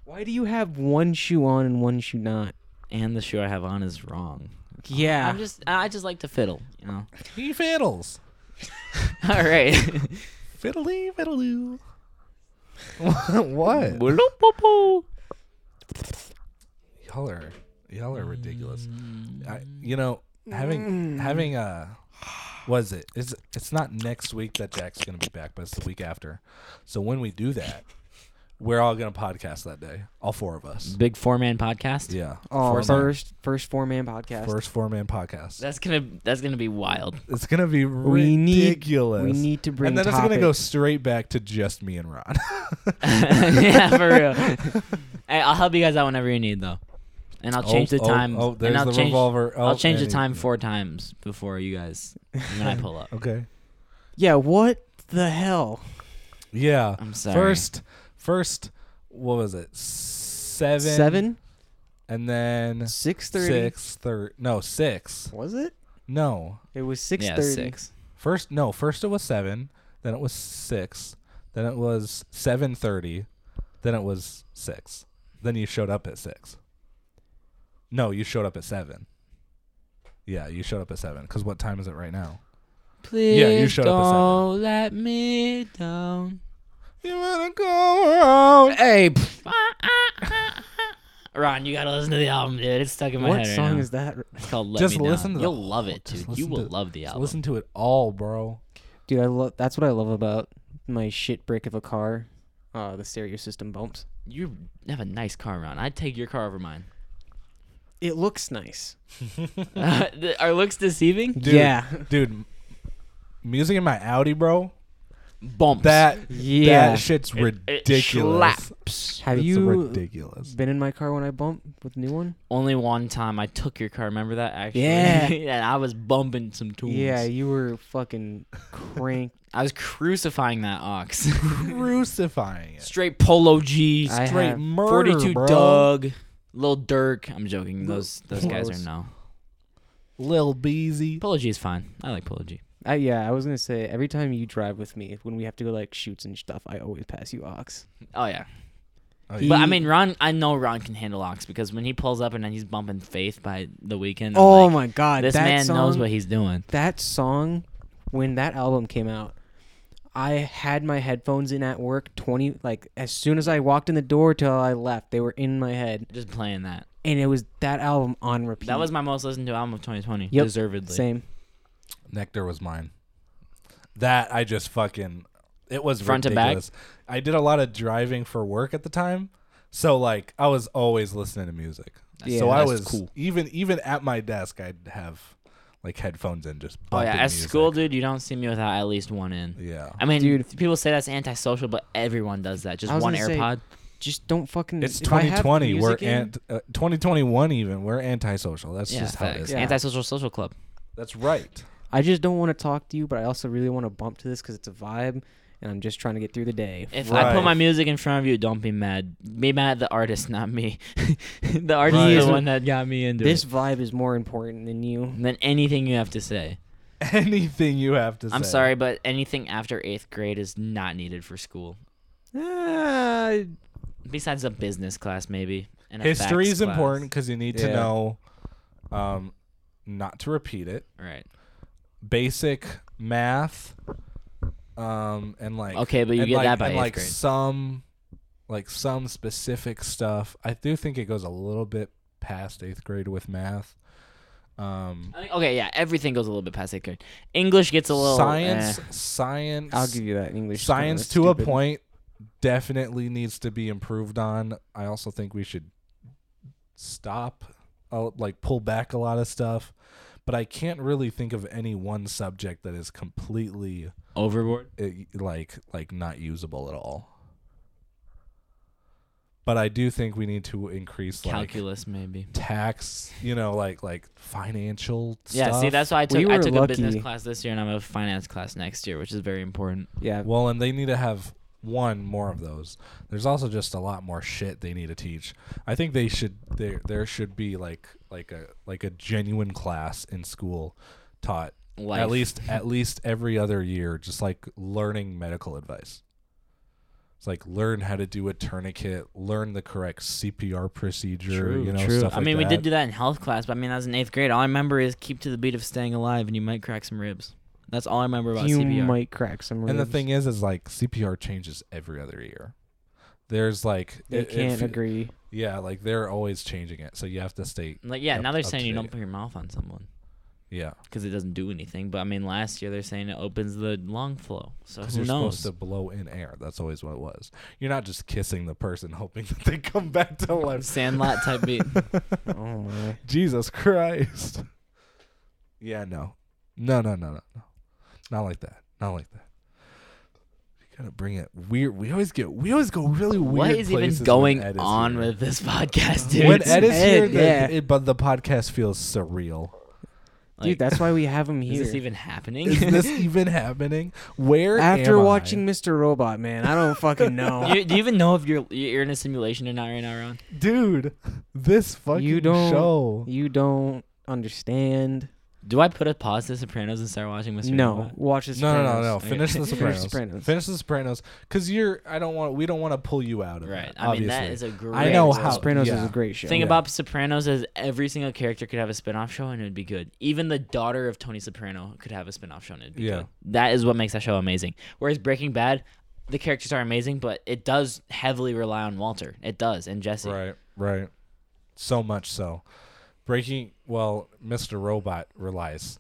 Speaker 2: Why do you have one shoe on and one shoe not?
Speaker 3: And the shoe I have on is wrong. Ah.
Speaker 2: Yeah,
Speaker 3: I'm just I just like to fiddle, you know.
Speaker 1: He fiddles.
Speaker 3: All right.
Speaker 1: Fiddly fiddle. what? Y'all are y'all are ridiculous. I, you know,
Speaker 2: Mm.
Speaker 1: having having uh was it? It's it's not next week that Jack's gonna be back, but it's the week after. So when we do that, we're all gonna podcast that day, all four of us.
Speaker 3: Big four man podcast.
Speaker 1: Yeah,
Speaker 2: our
Speaker 1: Four-man.
Speaker 2: Mm. first first four man podcast.
Speaker 1: first four man podcast.
Speaker 3: That's gonna that's gonna be wild.
Speaker 1: It's gonna be
Speaker 2: We need-
Speaker 1: ridiculous.
Speaker 2: we need to bring
Speaker 1: and then it's gonna go
Speaker 2: topics.
Speaker 1: straight back to just me and Ron.
Speaker 3: yeah, for real. hey, I'll help you guys out whenever you need though. And I'll change
Speaker 1: Oh,
Speaker 3: the
Speaker 1: oh,
Speaker 3: time.
Speaker 1: oh, there's
Speaker 3: and I'll
Speaker 1: the
Speaker 3: change,
Speaker 1: revolver. Oh,
Speaker 3: I'll change the
Speaker 1: and-
Speaker 3: time four times before you guys when I pull up.
Speaker 1: okay.
Speaker 2: Yeah, what the hell?
Speaker 1: Yeah.
Speaker 3: I'm sorry.
Speaker 1: First, first, what was it? Seven.
Speaker 2: Seven,
Speaker 1: And then
Speaker 2: six thirty.
Speaker 1: six. Thir- no, six.
Speaker 2: Was it?
Speaker 1: No.
Speaker 2: It was six
Speaker 3: yeah,
Speaker 2: thirty.
Speaker 3: six.
Speaker 1: First, no. First it was seven. Then it was six. Then it was seven thirty. Then it was six. Then you showed up at six. No, you showed up at seven. Yeah, you showed up at seven. Cause what time is it right now?
Speaker 3: Please
Speaker 1: you showed up at seven.
Speaker 3: don't let me down.
Speaker 1: You wanna go around? Hey.
Speaker 3: Ron, you gotta listen to the album, dude. It's stuck in my
Speaker 2: What
Speaker 3: head. right
Speaker 2: song
Speaker 3: now.
Speaker 2: is that,
Speaker 3: It's called Let
Speaker 1: Just
Speaker 3: Me
Speaker 1: listen
Speaker 3: Down.
Speaker 1: to the-
Speaker 3: You'll love it,
Speaker 1: just
Speaker 3: dude. You
Speaker 1: listen
Speaker 3: will
Speaker 1: to-
Speaker 3: love the
Speaker 1: Just
Speaker 3: album.
Speaker 1: listen to it all, bro.
Speaker 2: dude? I love. That's what I love about my shit brick of a car. Uh, the stereo system bumps.
Speaker 3: You have a nice car, Ron. I'd take your car over mine.
Speaker 2: It looks nice.
Speaker 3: Are looks deceiving?
Speaker 1: Dude,
Speaker 2: Yeah.
Speaker 1: dude. m- Music in my Audi, bro.
Speaker 3: Bumps.
Speaker 1: That
Speaker 2: Yeah.
Speaker 1: that shit's
Speaker 3: it
Speaker 1: ridiculous.
Speaker 3: slaps.
Speaker 2: Have
Speaker 1: It's
Speaker 2: you
Speaker 1: ridiculous?
Speaker 2: been in my car when I bump with new one?
Speaker 3: Only one time I took your car. Remember that? Actually,
Speaker 2: Yeah.
Speaker 3: and I was bumping some tools.
Speaker 2: Yeah, you were fucking cranked.
Speaker 3: I was crucifying that ox.
Speaker 1: Crucifying it.
Speaker 3: Straight Polo G.
Speaker 2: I
Speaker 1: Straight
Speaker 2: have-
Speaker 1: murder,
Speaker 3: Forty-two
Speaker 1: bro.
Speaker 3: Doug. Lil Dirk. I'm joking. Those those guys
Speaker 2: Close.
Speaker 3: are no.
Speaker 1: Lil Beezy.
Speaker 3: Polo G is fine. I like Polo G.
Speaker 2: I, yeah, I was gonna say every time you drive with me, when we have to go like shoots and stuff, I always pass you ox.
Speaker 3: Oh yeah.
Speaker 1: Oh,
Speaker 2: He-
Speaker 3: But I mean, Ron. I know Ron can handle Ox because when he pulls up and then he's bumping Faith by the weekend. I'm
Speaker 2: Oh
Speaker 3: like,
Speaker 2: my god,
Speaker 3: This
Speaker 2: that
Speaker 3: man knows
Speaker 2: song-
Speaker 3: what he's doing.
Speaker 2: that song when that album came out i had my headphones in at work 20 like as soon as i walked in the door till i left they were in my head
Speaker 3: Just playing that.
Speaker 2: and it was that album on repeat
Speaker 3: That was my most listened to album of 2020.
Speaker 2: Yep,
Speaker 3: Deservedly.
Speaker 2: same
Speaker 1: Nectar was mine. That I just fucking it was
Speaker 3: Front to back?
Speaker 1: ridiculous. I did a lot of driving for work at the time. So like I was always listening to music.
Speaker 2: Yeah,
Speaker 1: so I
Speaker 3: that's
Speaker 1: was
Speaker 3: cool.
Speaker 1: even even at my desk I'd have like headphones in just
Speaker 3: Oh yeah.
Speaker 1: bumping
Speaker 3: At
Speaker 1: music.
Speaker 3: school, dude, you don't see me without at least one in.
Speaker 1: Yeah.
Speaker 3: I mean,
Speaker 2: Dude.
Speaker 3: people say that's antisocial, but everyone does that. Just
Speaker 2: I was
Speaker 3: one
Speaker 2: gonna say,
Speaker 3: AirPod.
Speaker 2: just don't fucking
Speaker 1: It's
Speaker 2: if I have
Speaker 1: 2020. We're
Speaker 2: music in-
Speaker 1: ant, uh, 2021 even. We're antisocial. That's
Speaker 3: yeah,
Speaker 1: just how it
Speaker 3: facts.
Speaker 1: is.
Speaker 2: Yeah.
Speaker 3: Antisocial social club.
Speaker 1: That's right.
Speaker 2: i just don't want to talk to you but i also really want to bump to this because it's a vibe and i'm just trying to get through the day
Speaker 3: If I
Speaker 1: Right.
Speaker 3: put my music in front of you, don't be mad. Be mad at the artist, not me. the artist
Speaker 1: Right.
Speaker 3: is the one that got me into
Speaker 2: this
Speaker 3: it.
Speaker 2: vibe is more important than you
Speaker 3: Than anything you have to say.
Speaker 1: Anything you have to say.
Speaker 3: I'm sorry, but anything after eighth grade is not needed for school.
Speaker 1: Uh,
Speaker 2: Ah,
Speaker 3: Besides a business class, maybe. And a
Speaker 1: History
Speaker 3: facts
Speaker 1: is
Speaker 3: class.
Speaker 1: important because you need to
Speaker 2: Yeah.
Speaker 1: know, um, not to repeat it.
Speaker 3: Right.
Speaker 1: Basic math, um, and like
Speaker 3: Okay, but you
Speaker 1: and
Speaker 3: get
Speaker 1: like-
Speaker 3: that by
Speaker 1: and
Speaker 3: eighth
Speaker 1: like
Speaker 3: grade.
Speaker 1: some, like some specific stuff. I do think it goes a little bit past eighth grade with math. Um,
Speaker 3: I think- Okay, yeah, everything goes a little bit past eighth grade. English gets a little
Speaker 1: science,
Speaker 3: eh.
Speaker 1: science.
Speaker 2: i'll give you that in english
Speaker 1: science
Speaker 2: Kinda
Speaker 1: to a
Speaker 2: stupid.
Speaker 1: point definitely needs to be improved on i also think we should stop uh, like pull back a lot of stuff but i can't really think of any one subject that is completely
Speaker 3: overboard.
Speaker 1: uh, like like not usable at all but i do think we need to increase like
Speaker 3: Calculus, maybe.
Speaker 1: tax you know like like financial
Speaker 3: Yeah, see,
Speaker 1: stuff.
Speaker 3: that's why I took
Speaker 2: We
Speaker 3: I
Speaker 2: were
Speaker 3: took a business
Speaker 2: lucky.
Speaker 3: class this year, and I'm a finance class next year, which is very important.
Speaker 2: yeah
Speaker 1: Well, and they need to have one more of those. There's also just a lot more shit they need to teach. I think they should there there should be like like a like a genuine class in school taught
Speaker 3: Life.
Speaker 1: at least at least every other year just like learning medical advice. It's like learn how to do a tourniquet, learn the correct CPR procedure, you know, stuff
Speaker 3: I
Speaker 1: like
Speaker 3: mean, we did
Speaker 1: that.
Speaker 3: do that in health class, but I mean, that was in eighth grade. All I remember is keep to the beat of staying alive, and you might crack some ribs. That's all I remember about
Speaker 2: you
Speaker 3: CPR.
Speaker 2: might crack some ribs.
Speaker 1: And the thing is is like CPR changes every other year. There's like
Speaker 2: they
Speaker 1: it- it
Speaker 2: can't
Speaker 1: fe-
Speaker 2: agree
Speaker 1: Yeah, like they're always changing it, so you have to stay.
Speaker 3: Like, yeah,
Speaker 1: Up-
Speaker 3: now they're
Speaker 1: up
Speaker 3: saying
Speaker 1: to
Speaker 3: you don't
Speaker 1: date.
Speaker 3: put your mouth on someone
Speaker 1: Yeah,
Speaker 3: because it doesn't do anything. But I mean, last year they're saying it opens the lung flow. So
Speaker 1: because
Speaker 3: who
Speaker 1: you're
Speaker 3: knows?
Speaker 1: supposed to blow in air. That's always what it was. You're not just kissing the person hoping that they come back to life.
Speaker 3: Sandlot type beat.
Speaker 2: oh my
Speaker 1: Jesus Christ. Yeah, no, no, no, no, no, no, not like that. Not like that. You gotta bring it weird. We always get. We always go really weird.
Speaker 3: What is even
Speaker 1: places when
Speaker 3: going
Speaker 1: Ed is
Speaker 3: on
Speaker 1: here.
Speaker 3: with this podcast, dude?
Speaker 1: When
Speaker 2: It's
Speaker 1: Ed is here,
Speaker 2: Ed,
Speaker 1: the-
Speaker 2: yeah.
Speaker 1: it, but the podcast feels surreal.
Speaker 2: Dude,
Speaker 3: Like,
Speaker 2: that's why we have him
Speaker 3: is
Speaker 2: here.
Speaker 3: this even happening?
Speaker 1: Is this even happening? Where
Speaker 2: After
Speaker 1: am I?
Speaker 2: watching Mr. Robot, man, I don't fucking know.
Speaker 3: you, do you even know if you're you're in a simulation or not right now, Ron?
Speaker 1: dude, this fucking
Speaker 2: you don't.
Speaker 1: show.
Speaker 2: You don't understand.
Speaker 3: Do I put a pause to Sopranos and start watching Mr.
Speaker 2: no,
Speaker 3: Robot?
Speaker 2: watch this.
Speaker 1: No, no, no, no.
Speaker 3: Okay.
Speaker 1: Finish the
Speaker 3: Finish
Speaker 1: Sopranos.
Speaker 2: Sopranos.
Speaker 1: Finish the Sopranos. Cause you're. I don't want. We don't want to pull you out of it.
Speaker 3: Right. I
Speaker 1: obviously.
Speaker 3: mean, that is a great.
Speaker 1: I know
Speaker 3: show.
Speaker 1: how-
Speaker 2: Sopranos
Speaker 1: yeah.
Speaker 2: is a great show.
Speaker 3: Thing
Speaker 1: Yeah.
Speaker 3: about Sopranos is every single character could have a spin-off show and it'd be good. Even the daughter of Tony Soprano could have a spin-off show and it'd be
Speaker 1: Yeah.
Speaker 3: good. That is what makes that show amazing. Whereas Breaking Bad, the characters are amazing, but it does heavily rely on Walter. It does and Jesse.
Speaker 1: Right. Right. So much so. Breaking. Well, Mr. Robot relies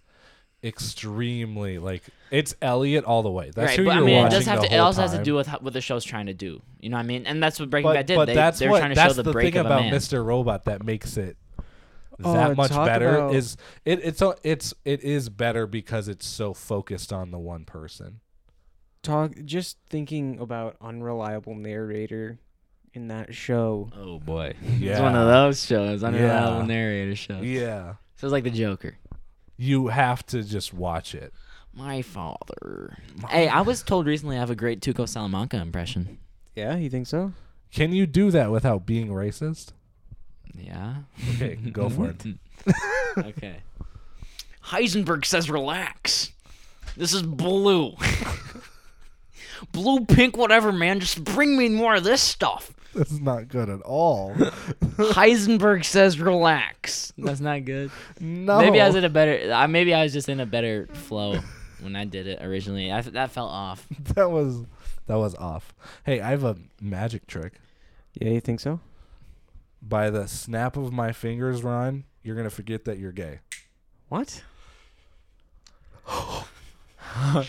Speaker 1: extremely like it's Elliot all the way. That's
Speaker 3: Right,
Speaker 1: who
Speaker 3: but
Speaker 1: you're
Speaker 3: I mean, it
Speaker 1: watching
Speaker 3: does have
Speaker 1: the
Speaker 3: to. It
Speaker 1: whole
Speaker 3: also has to
Speaker 1: time.
Speaker 3: do with how, what the show's trying to do. You know what I mean? And that's what Breaking
Speaker 1: But,
Speaker 3: Bad did.
Speaker 1: but
Speaker 3: they,
Speaker 1: that's
Speaker 3: they were
Speaker 1: what.
Speaker 3: trying to
Speaker 1: that's
Speaker 3: show the,
Speaker 1: the
Speaker 3: break
Speaker 1: thing
Speaker 3: of
Speaker 1: about
Speaker 3: a man.
Speaker 1: Mr. Robot that makes it.
Speaker 2: Oh,
Speaker 1: that much
Speaker 2: talk
Speaker 1: better
Speaker 2: about-
Speaker 1: is it, it's so- it's it is better because it's so focused on the one person.
Speaker 2: talk, just thinking about unreliable narrator in that show.
Speaker 3: Oh boy,
Speaker 1: Yeah.
Speaker 3: it's one of those shows, unreliable
Speaker 1: Yeah.
Speaker 3: narrator show.
Speaker 1: Yeah.
Speaker 3: So it's like the Joker.
Speaker 1: You have to just watch it.
Speaker 3: My father. Hey, I was told recently I have a great Tuco Salamanca impression.
Speaker 2: Yeah, you think so?
Speaker 1: Can you do that without being racist?
Speaker 3: Yeah.
Speaker 1: Okay, go for it.
Speaker 3: okay. Heisenberg says relax. This is blue. blue, pink, whatever, man. Just bring me more of this stuff.
Speaker 1: That's not good at all.
Speaker 3: Heisenberg says relax. That's not good.
Speaker 1: No.
Speaker 3: Maybe I was in a better. I maybe I was just in a better flow when I did it originally. I, that fell off.
Speaker 1: that was that was off. Hey, I have a magic trick.
Speaker 2: Yeah, you think so?
Speaker 1: By the snap of my fingers, Ryan, you're gonna forget that you're gay.
Speaker 2: What?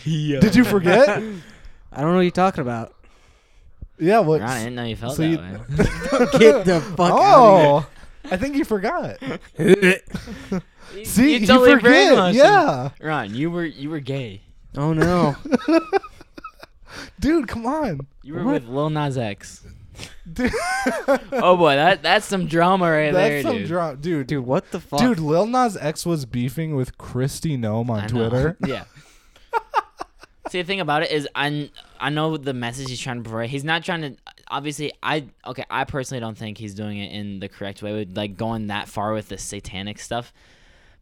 Speaker 1: Did you forget?
Speaker 2: I don't know what you're talking about.
Speaker 1: yeah. What?
Speaker 3: Ron, I didn't know you felt
Speaker 1: So
Speaker 3: that
Speaker 1: you-
Speaker 3: way.
Speaker 2: Get the fuck out
Speaker 1: Oh, I think you forgot. See, you, forget.
Speaker 3: brainwashed him.
Speaker 1: Yeah,
Speaker 3: Ron, you were you were gay.
Speaker 2: Oh no.
Speaker 1: dude, come on.
Speaker 3: You were
Speaker 2: What?
Speaker 3: with Lil Nas X.
Speaker 1: Dude,
Speaker 3: Oh boy, that that's some drama right there,
Speaker 1: that's some
Speaker 3: dude.
Speaker 1: drama, dude.
Speaker 2: Dude, what the fuck?
Speaker 1: Dude, Lil Nas X was beefing with Christy Nome on
Speaker 3: I know.
Speaker 1: Twitter.
Speaker 3: yeah. See, the thing about it is, I I know the message he's trying to portray. He's not trying to. Obviously, I okay. I personally don't think he's doing it in the correct way, with like going that far with the satanic stuff.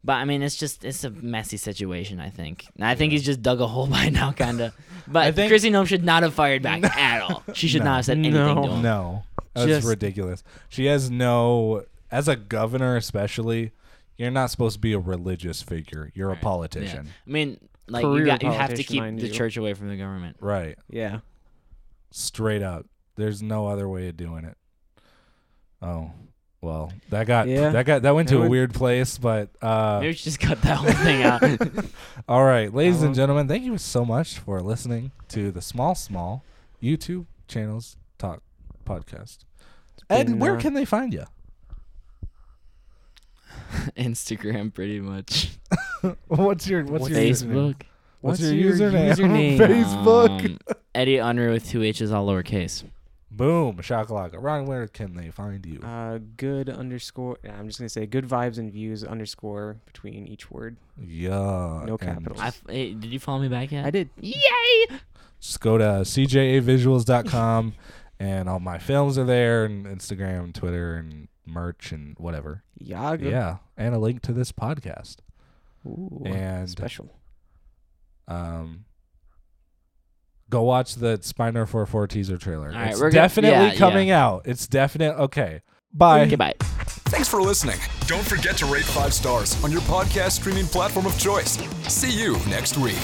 Speaker 3: But I mean, it's just it's a messy situation. I think. And I think he's just dug a hole by now, kinda. But
Speaker 1: think-
Speaker 3: Chrissy Nome should not have fired back at all. She should
Speaker 1: No.
Speaker 3: not have said anything
Speaker 2: No.
Speaker 3: to him.
Speaker 1: No, that's
Speaker 2: Just-
Speaker 1: ridiculous. She has no, as a governor especially, you're not supposed to be a religious figure. You're a politician,
Speaker 3: Yeah. I mean, like
Speaker 2: Career
Speaker 3: you got you have to
Speaker 2: politician,
Speaker 3: keep
Speaker 2: mind
Speaker 3: the
Speaker 2: you.
Speaker 3: church away from the government.
Speaker 1: right?
Speaker 2: Yeah.
Speaker 1: Straight up. There's no other way of doing it. Oh, well, that got
Speaker 2: Yeah.
Speaker 1: that got that went to
Speaker 2: That
Speaker 1: a
Speaker 2: went-
Speaker 1: weird place, but uh,
Speaker 3: Maybe we should just cut that whole thing out.
Speaker 1: All right, ladies and
Speaker 2: Um,
Speaker 1: gentlemen, thank you so much for listening to the Small Small YouTube channels talk podcast.
Speaker 2: been,
Speaker 1: And where
Speaker 2: uh,
Speaker 1: can they find you?
Speaker 3: Instagram, pretty much.
Speaker 1: What's your what's,
Speaker 2: What's
Speaker 1: your username?
Speaker 3: Facebook.
Speaker 1: What's,
Speaker 2: What's
Speaker 1: your,
Speaker 2: your
Speaker 1: username?
Speaker 2: username?
Speaker 1: Facebook.
Speaker 3: Um, Eddie Unruh with two H's all lowercase.
Speaker 1: Boom, shakalaka. Ron, where can they find you?
Speaker 2: Uh, good underscore. nah, I'm just gonna say good vibes and views underscore between each word.
Speaker 1: yeah.
Speaker 2: no
Speaker 1: and
Speaker 2: capitals.
Speaker 3: I f- hey, did you follow me back yet?
Speaker 2: I did.
Speaker 3: Yay!
Speaker 1: Just go to cjavisuals.com and all my films are there and Instagram, and Twitter and merch and whatever.
Speaker 2: Yaga.
Speaker 1: Yeah, and a link to this podcast.
Speaker 2: Ooh,
Speaker 1: And-
Speaker 2: special.
Speaker 1: Um, go watch the Spiner 44 teaser trailer.
Speaker 3: All right,
Speaker 1: it's
Speaker 3: we're gonna-
Speaker 1: definitely
Speaker 3: yeah,
Speaker 1: coming out. It's definite. Okay. Bye.
Speaker 3: Goodbye.
Speaker 4: Thanks for listening. Don't forget to rate five stars on your podcast streaming platform of choice. See you next week.